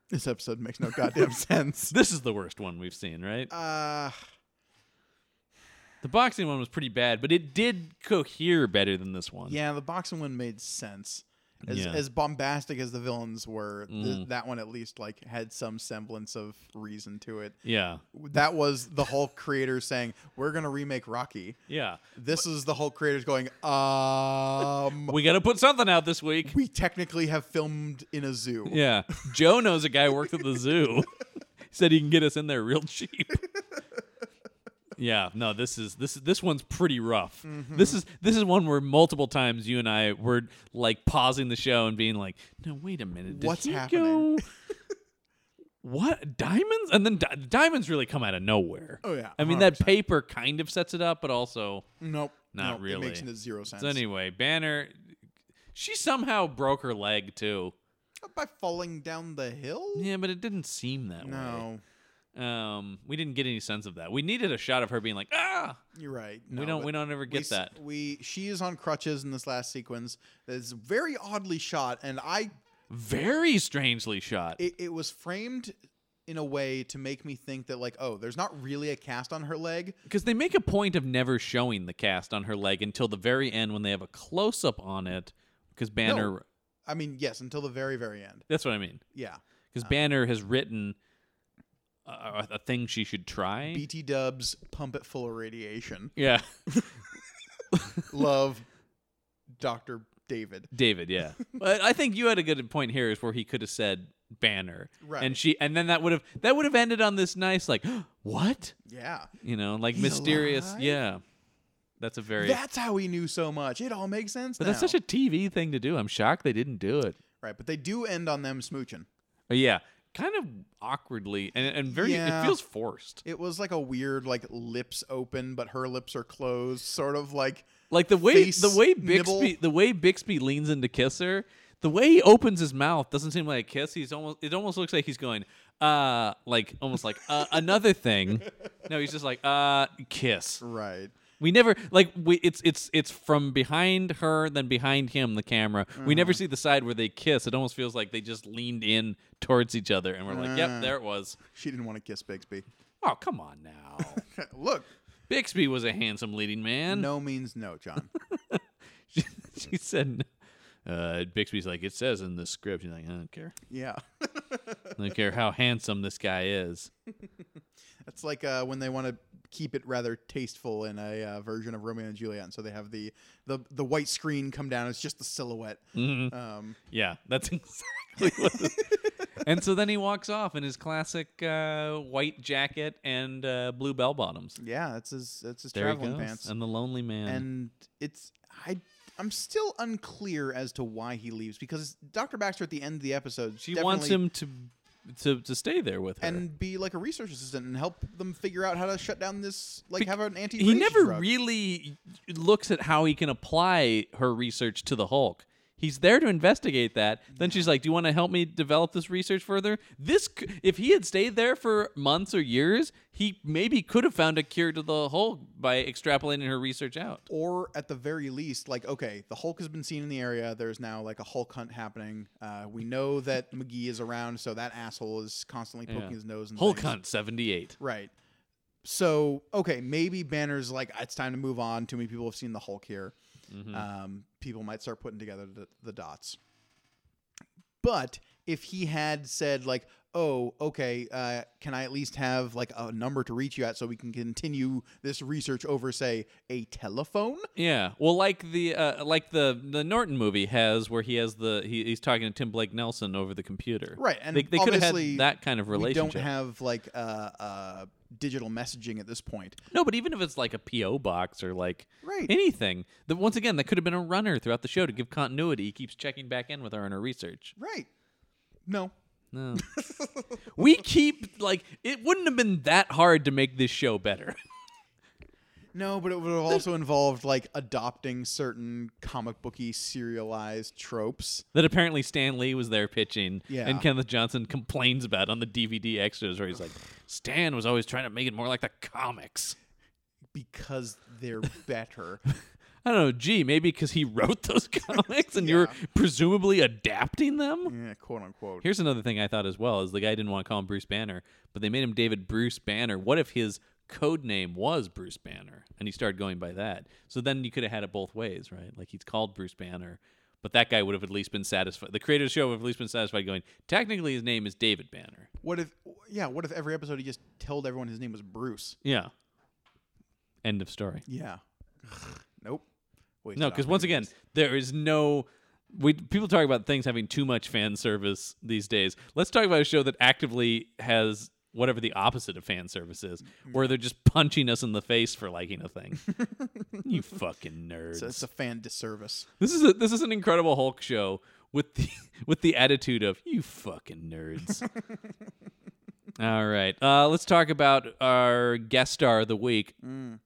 Speaker 2: This episode makes no goddamn sense.
Speaker 1: This is the worst one we've seen, right?
Speaker 2: Uh,
Speaker 1: the boxing one was pretty bad, but it did cohere better than this one.
Speaker 2: Yeah, the boxing one made sense. As,
Speaker 1: Yeah. Mm-hmm.
Speaker 2: as bombastic as the villains were, th- that one at least like had some semblance of reason to it.
Speaker 1: Yeah.
Speaker 2: That was the Hulk creators saying, "We're gonna remake Rocky."
Speaker 1: Yeah.
Speaker 2: This is the Hulk creators going, "Um,
Speaker 1: We got to put something out this week.
Speaker 2: we technically have filmed in a zoo."
Speaker 1: Yeah. Joe knows a guy who worked at the zoo. he said he can get us in there real cheap. Yeah, no, this is this this one's pretty rough.
Speaker 2: Mm-hmm.
Speaker 1: This is this is one where multiple times you and I were like pausing the show and being like, "No, wait a minute, did
Speaker 2: What's
Speaker 1: he
Speaker 2: happening?"
Speaker 1: go- what diamonds? And then di- diamonds really come out of nowhere.
Speaker 2: Oh, yeah,
Speaker 1: I mean that
Speaker 2: 100%.
Speaker 1: paper kind of sets it up, but also
Speaker 2: Nope,
Speaker 1: Not
Speaker 2: nope,
Speaker 1: really.
Speaker 2: It makes zero sense.
Speaker 1: so anyway, Banner, she somehow broke her leg too.
Speaker 2: By falling down the hill?
Speaker 1: Yeah, but it didn't seem that way.
Speaker 2: No,
Speaker 1: um, we didn't get any sense of that. We needed a shot of her being like, ah,
Speaker 2: you're right. No,
Speaker 1: don't-
Speaker 2: but
Speaker 1: we don't ever get
Speaker 2: s-
Speaker 1: that.
Speaker 2: We she is on crutches in this last sequence. It's very oddly shot, and I
Speaker 1: very strangely shot.
Speaker 2: it, it was framed in a way to make me think that like oh there's not really a cast on her leg
Speaker 1: Because they make a point of never showing the cast on her leg until the very end when they have a close up on it. Because Banner,
Speaker 2: No. i mean yes until the very very end
Speaker 1: that's what I mean.
Speaker 2: yeah
Speaker 1: Because
Speaker 2: Uh.
Speaker 1: Banner has written a- a, a thing she should try.
Speaker 2: bt dubs pump it full of radiation
Speaker 1: yeah,
Speaker 2: love dr david
Speaker 1: David. Yeah, but I think you had a good point here is where he could have said Banner,
Speaker 2: Right.
Speaker 1: And she, and then that would have that would have ended on this nice like what
Speaker 2: yeah
Speaker 1: you know like mysterious.
Speaker 2: alive?
Speaker 1: Yeah, that's a very
Speaker 2: that's how he knew so much it all makes sense
Speaker 1: But that's
Speaker 2: now.
Speaker 1: such a TV thing to do. I'm shocked they didn't do it.
Speaker 2: right but they do end on them smooching
Speaker 1: But yeah, kind of awkwardly and, and very
Speaker 2: Yeah.
Speaker 1: it feels forced.
Speaker 2: it was like a weird like lips open but her lips are closed sort of like
Speaker 1: Like the way
Speaker 2: Face
Speaker 1: the way Bixby
Speaker 2: nibble.
Speaker 1: the way Bixby leans in to kiss her, the way he opens his mouth doesn't seem like a kiss. He's almost it almost looks like he's going uh like almost like uh, another thing. No, he's just like uh kiss.
Speaker 2: right
Speaker 1: We never like we it's it's it's from behind her then behind him the camera. We never see the side where they kiss. It almost feels like they just leaned in towards each other and we're like, "Yep, there it was."
Speaker 2: she didn't want to kiss bixby
Speaker 1: Oh, come on now.
Speaker 2: look
Speaker 1: Bixby was a handsome leading man.
Speaker 2: no means no john
Speaker 1: she said, Uh, Bixby's like, it says in the script. You're like, I don't care.
Speaker 2: Yeah.
Speaker 1: I don't care how handsome this guy is.
Speaker 2: That's like uh, when they want to keep it rather tasteful in a uh, version of Romeo and Juliet. And so they have the, the, the white screen come down. It's just the silhouette.
Speaker 1: Mm-hmm.
Speaker 2: Um,
Speaker 1: Yeah, that's exactly what. This, and so then he walks off in his classic uh, white jacket and uh, blue bell bottoms.
Speaker 2: yeah, that's his, that's his
Speaker 1: There
Speaker 2: traveling
Speaker 1: he goes,
Speaker 2: pants.
Speaker 1: and the lonely man.
Speaker 2: and it's I I'm still unclear as to why he leaves because Dr. Baxter at the end of the episode
Speaker 1: she wants
Speaker 2: definitely-
Speaker 1: him to to to stay there with her.
Speaker 2: and be like a research assistant and help them figure out how to shut down this like have an anti
Speaker 1: he never really looks at how he can apply her research to the Hulk. He's there to investigate that. Then she's like, "Do you want to help me develop this research further?" This, c- if he had stayed there for months or years, he maybe could have found a cure to the Hulk by extrapolating her research out.
Speaker 2: or at the very least like okay the Hulk has been seen in the area there's now like a Hulk hunt happening uh, we know that McGee is around so that asshole is constantly
Speaker 1: Yeah.
Speaker 2: poking his nose in
Speaker 1: Hulk
Speaker 2: things.
Speaker 1: Hunt seventy eight.
Speaker 2: Right. So okay, maybe Banner's like it's time to move on. Too many people have seen the Hulk here.
Speaker 1: Mm-hmm.
Speaker 2: Um, people might start putting together the, the dots. But if he had said like, "Oh, okay, uh, can I at least have like a number to reach you at so we can continue this research over, say, a telephone?"
Speaker 1: Yeah, well, like the uh, like the the Norton movie has, where he has the he, he's talking to Tim Blake Nelson over the computer.
Speaker 2: Right, and
Speaker 1: they, they could have
Speaker 2: obviously
Speaker 1: had that kind of relationship.
Speaker 2: We don't have like uh, uh, digital messaging at this point.
Speaker 1: No, but even if it's like a PO box or like
Speaker 2: Right.
Speaker 1: anything, that once again that could have been a runner throughout the show to give continuity. He keeps checking back in with her in her research.
Speaker 2: Right. No.
Speaker 1: No, we keep like it wouldn't have been that hard to make this show better.
Speaker 2: No, but it would have also involved like adopting certain comic booky serialized tropes.
Speaker 1: that apparently Stan Lee was there pitching,
Speaker 2: Yeah.
Speaker 1: and Kenneth Johnson complains about on the DVD extras where he's like, Stan was always trying to make it more like the comics.
Speaker 2: because they're better.
Speaker 1: I don't know. Gee, maybe because he wrote those comics and you're presumably adapting them.
Speaker 2: yeah, quote unquote.
Speaker 1: Here's another thing I thought as well is the guy didn't want to call him Bruce Banner, but they made him David Bruce Banner. What if his code name was Bruce Banner and he started going by that? So then you could have had it both ways, right? Like he's called Bruce Banner, but that guy would have at least been satisfied. The creator of the show would have at least been satisfied going, technically his name is David Banner.
Speaker 2: What if yeah, what if every episode he just told everyone his name was Bruce?
Speaker 1: Yeah. End of story.
Speaker 2: Yeah. nope. Wait,
Speaker 1: No, because once again, there is no. We people talk about things having too much fan service these days. Let's talk about a show that actively has whatever the opposite of fan service is, where they're just punching us in the face for liking a thing. you fucking nerds.
Speaker 2: it's a fan disservice.
Speaker 1: this is a, this is an incredible Hulk show with the with the attitude of you fucking nerds. All right, uh, let's talk about our guest star of the week.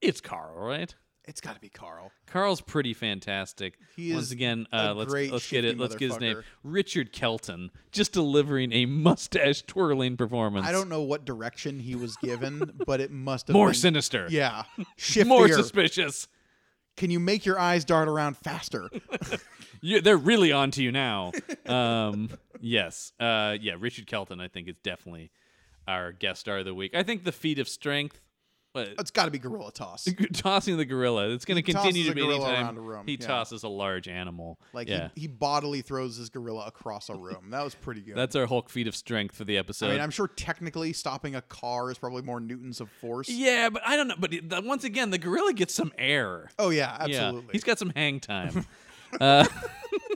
Speaker 1: It's Carl, right?
Speaker 2: It's got to be Carl.
Speaker 1: Carl's pretty fantastic.
Speaker 2: He
Speaker 1: Once
Speaker 2: is
Speaker 1: again,
Speaker 2: a
Speaker 1: uh, let's
Speaker 2: great
Speaker 1: let's get it.
Speaker 2: shifty
Speaker 1: Let's get his name.
Speaker 2: motherfucker.
Speaker 1: Richard Kelton just delivering a mustache twirling performance.
Speaker 2: I don't know what direction he was given, but it must have
Speaker 1: more
Speaker 2: been,
Speaker 1: sinister.
Speaker 2: Yeah, shiftier.
Speaker 1: more suspicious.
Speaker 2: Can you make your eyes dart around faster?
Speaker 1: You, they're really on to you now. um, yes, uh, yeah. Richard Kelton, I think, is definitely our guest star of the week. I think the feat of strength. But
Speaker 2: it's got to be gorilla toss.
Speaker 1: tossing the gorilla. It's going to
Speaker 2: tosses
Speaker 1: continue
Speaker 2: a
Speaker 1: to be
Speaker 2: gorilla
Speaker 1: anytime
Speaker 2: around a room,
Speaker 1: he
Speaker 2: yeah.
Speaker 1: tosses a large animal.
Speaker 2: Like
Speaker 1: yeah.
Speaker 2: he, he bodily throws his gorilla across a room. That was pretty good.
Speaker 1: that's our Hulk feat of strength for the episode.
Speaker 2: I mean, I'm sure technically stopping a car is probably more newtons of force.
Speaker 1: Yeah, but I don't know. But it- the, once again, the gorilla gets some air.
Speaker 2: Oh yeah,
Speaker 1: Yeah,
Speaker 2: absolutely.
Speaker 1: he's got some hang time. uh,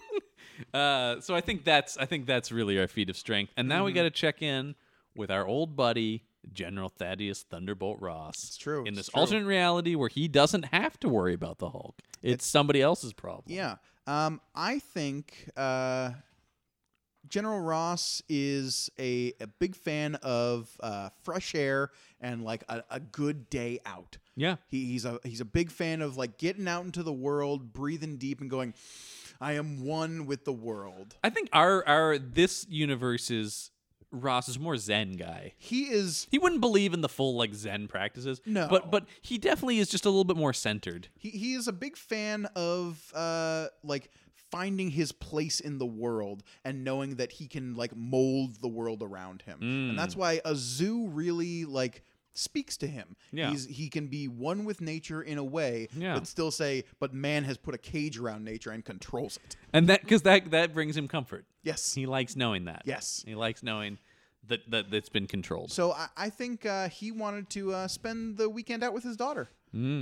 Speaker 1: uh, so I think that's I think that's really our feat of strength. And now we
Speaker 2: Mm-hmm.
Speaker 1: got to check in with our old buddy General Thaddeus Thunderbolt Ross. It's
Speaker 2: true,
Speaker 1: In
Speaker 2: it's
Speaker 1: this
Speaker 2: true.
Speaker 1: alternate reality where he doesn't have to worry about the Hulk, it's, somebody else's problem.
Speaker 2: yeah. Um, I think uh, General Ross is a, a big fan of uh, fresh air and like a, a good day out.
Speaker 1: Yeah.
Speaker 2: He, he's a he's a big fan of like getting out into the world, breathing deep, and going, "I am one with the world."
Speaker 1: I think our our this universe's Ross is more Zen guy.
Speaker 2: He is
Speaker 1: He wouldn't believe in the full like Zen practices.
Speaker 2: No.
Speaker 1: but but he definitely is just a little bit more centered.
Speaker 2: he, he is a big fan of uh like finding his place in the world and knowing
Speaker 1: Mm.
Speaker 2: that he can like mold the world around him and that's why a zoo really like speaks to him.
Speaker 1: Yeah.
Speaker 2: He's he can be one with nature in a way,
Speaker 1: Yeah.
Speaker 2: but still say, but man has put a cage around nature and controls it.
Speaker 1: and that because that that brings him comfort.
Speaker 2: Yes.
Speaker 1: he likes knowing that.
Speaker 2: Yes.
Speaker 1: he likes knowing that that that's been controlled.
Speaker 2: So I, I think uh, he wanted to uh, spend the weekend out with his daughter.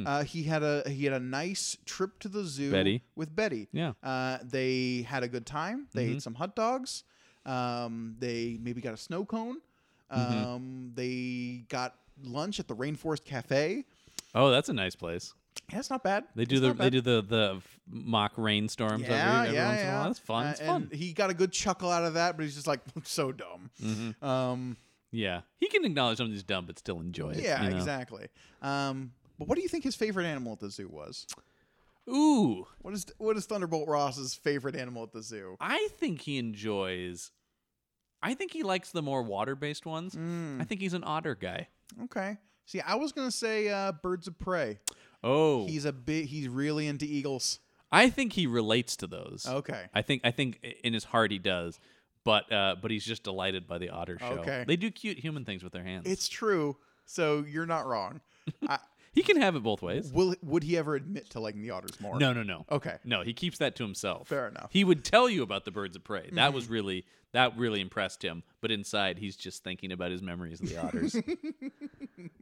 Speaker 2: Uh, he had a he had a nice trip to the zoo
Speaker 1: Mm. Betty.
Speaker 2: with Betty.
Speaker 1: Yeah. Mm-hmm.
Speaker 2: uh, they had a good time. They ate some hot dogs. Um, they maybe got a snow cone.
Speaker 1: Mm-hmm.
Speaker 2: Um, They got lunch at the Rainforest Cafe.
Speaker 1: oh, that's a nice place.
Speaker 2: Yeah, it's not bad.
Speaker 1: They do
Speaker 2: It's
Speaker 1: the
Speaker 2: not
Speaker 1: they
Speaker 2: bad.
Speaker 1: do the the mock rainstorms
Speaker 2: Yeah,
Speaker 1: every, every
Speaker 2: yeah,
Speaker 1: once in a
Speaker 2: yeah.
Speaker 1: while. That's fun.
Speaker 2: Uh,
Speaker 1: it's fun.
Speaker 2: And he got a good chuckle out of that, but he's just like so dumb.
Speaker 1: Mm-hmm.
Speaker 2: Um,
Speaker 1: yeah, he can acknowledge something's dumb, but still enjoy it.
Speaker 2: yeah,
Speaker 1: you know?
Speaker 2: exactly. Um, but what do you think his favorite animal at the zoo was?
Speaker 1: Ooh,
Speaker 2: What is what is Thunderbolt Ross's favorite animal at the zoo?
Speaker 1: I think he enjoys. I think he likes the more water based ones.
Speaker 2: Mm.
Speaker 1: I think he's an otter guy.
Speaker 2: Okay. See, I was gonna say uh, birds of prey.
Speaker 1: Oh,
Speaker 2: He's a bit. He's really into eagles.
Speaker 1: I think he relates to those.
Speaker 2: Okay.
Speaker 1: I think I think i- in his heart he does, but uh, but he's just delighted by the otter show.
Speaker 2: Okay.
Speaker 1: They do cute human things with their hands.
Speaker 2: It's true. So you're not wrong. I,
Speaker 1: he can have it both ways.
Speaker 2: will would he ever admit to liking the otters more?
Speaker 1: No, no, no.
Speaker 2: Okay.
Speaker 1: No, he keeps that to himself.
Speaker 2: Fair enough. Mm-hmm.
Speaker 1: He would tell you about the birds of prey. That was really that really impressed him, but inside he's just thinking about his memories of the otters.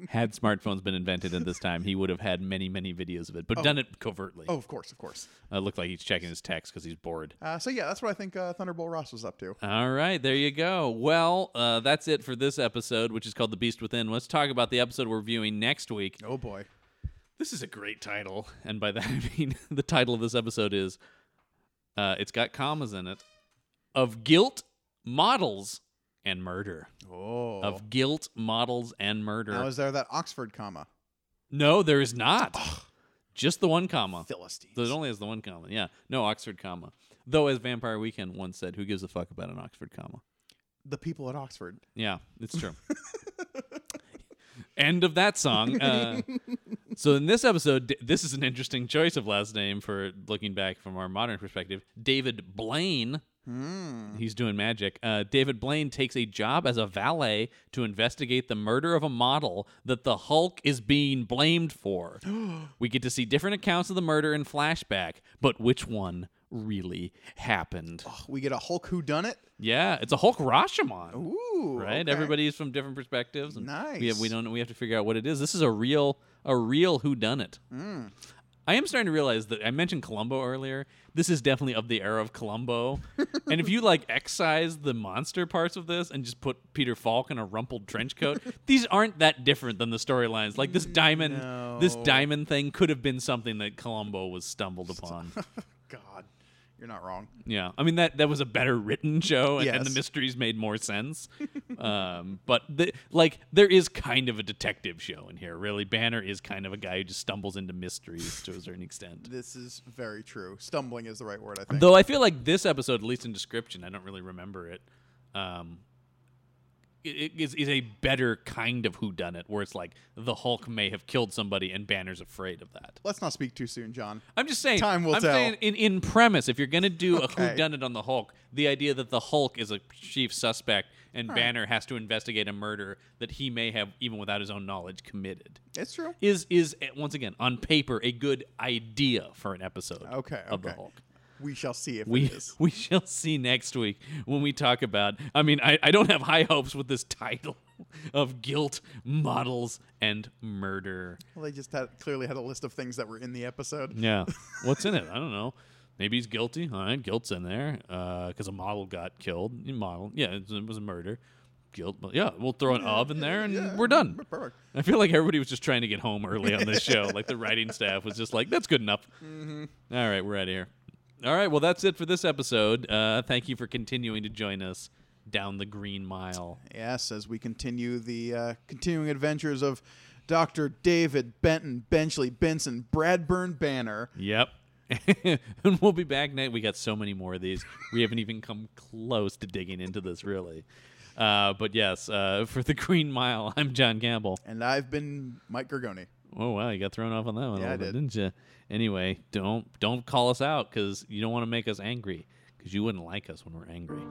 Speaker 1: had smartphones been invented at this time, he would have had many, many videos of it, but done it covertly.
Speaker 2: Oh, of course, of course.
Speaker 1: It looked like he's checking his text because he's bored.
Speaker 2: Uh, so yeah, that's what I think uh, Thunderbolt Ross was up to.
Speaker 1: All right, there you go. Well, uh, that's it for this episode, which is called The Beast Within. Let's talk about the episode we're viewing next week.
Speaker 2: Oh boy.
Speaker 1: This is a great title, and by that I mean the title of this episode is uh, it's got commas in it of guilt, models, and murder.
Speaker 2: Oh.
Speaker 1: Of guilt, models, and murder.
Speaker 2: Now is there that Oxford comma?
Speaker 1: no, there is not. Just the one comma.
Speaker 2: Philistines.
Speaker 1: It only has the one comma. Yeah, no Oxford comma. Though, as Vampire Weekend once said, who gives a fuck about an Oxford comma?
Speaker 2: The people at Oxford.
Speaker 1: Yeah, it's true. End of that song. Uh, so in this episode, D- this is an interesting choice of last name for looking back from our modern perspective. David Blaine. He's doing magic. Uh, David Blaine takes a job as a valet to investigate the murder of a model that the Hulk is being blamed for. we get to see different accounts of the murder in flashback, but which one really happened?
Speaker 2: We get a Hulk who done it.
Speaker 1: Yeah, it's a Hulk Rashomon
Speaker 2: Ooh.
Speaker 1: right?
Speaker 2: okay.
Speaker 1: Everybody's from different perspectives. And We, have, we
Speaker 2: Nice.
Speaker 1: don't. We have to figure out what it is. This is a real a real who done it.
Speaker 2: Mm.
Speaker 1: I am starting to realize that I mentioned Columbo earlier. This is definitely of the era of Columbo. and if you like excise the monster parts of this and just put Peter Falk in a rumpled trench coat, these aren't that different than the storylines. Like this diamond, this diamond thing could have been something that Columbo was stumbled upon.
Speaker 2: God, you're not wrong.
Speaker 1: Yeah, I mean that that was a better written show, and, and the
Speaker 2: Yes.
Speaker 1: mysteries made more sense. um, but the, like, there is kind of a detective show in here. Really, Banner is kind of a guy who just stumbles into mysteries to a certain extent.
Speaker 2: This is very true. Stumbling is the right word, I think.
Speaker 1: Though I feel like this episode, at least in description, I don't really remember it. Um, it it is, is a better kind of whodunit, where it's like the Hulk may have killed somebody, and Banner's afraid of that.
Speaker 2: Let's not speak too soon, John.
Speaker 1: I'm just saying.
Speaker 2: Time will
Speaker 1: I'm
Speaker 2: tell.
Speaker 1: saying in, in premise, if you're gonna do a
Speaker 2: Okay.
Speaker 1: who done it on the Hulk, the idea that the Hulk is a chief suspect and Banner has to investigate a murder that he may have, even without his own knowledge, committed
Speaker 2: It's true.
Speaker 1: is is eh, once again on paper a good idea for an episode
Speaker 2: Okay,
Speaker 1: of the
Speaker 2: okay.
Speaker 1: Hulk.
Speaker 2: We shall see if
Speaker 1: We,
Speaker 2: it is.
Speaker 1: we shall see next week when we talk about. I mean, I, I don't have high hopes with this title of guilt, models, and murder.
Speaker 2: Well, they just had, clearly had a list of things that were in the episode.
Speaker 1: Yeah. What's in it? I don't know. Maybe he's guilty. All right, guilt's in there because a model got killed. You Model, yeah, it was- it was a murder. Guilt, but yeah, we'll throw an of in there and we're done.
Speaker 2: Perfect.
Speaker 1: I feel like everybody was just trying to get home early on this show. Like the writing staff was just like, "That's good enough." All right, we're out of here. All right, well that's it for this episode. Uh, thank you for continuing to join us down the green mile.
Speaker 2: Yes, as we continue the uh, continuing adventures of Dr. David Benton Benchley Benson Bradburn Banner.
Speaker 1: Yep. and we'll be back next. We got so many more of these. We haven't even come close to digging into this, really. Uh, but yes, uh, for the Green Mile, I'm John Campbell.
Speaker 2: And I've been Mike Gorgoni.
Speaker 1: Oh wow, you got thrown off on that one,
Speaker 2: Yeah, I
Speaker 1: a little bit,
Speaker 2: did.
Speaker 1: didn't you? Anyway, don't don't call us out because you don't want to make us angry because you wouldn't like us when we're angry.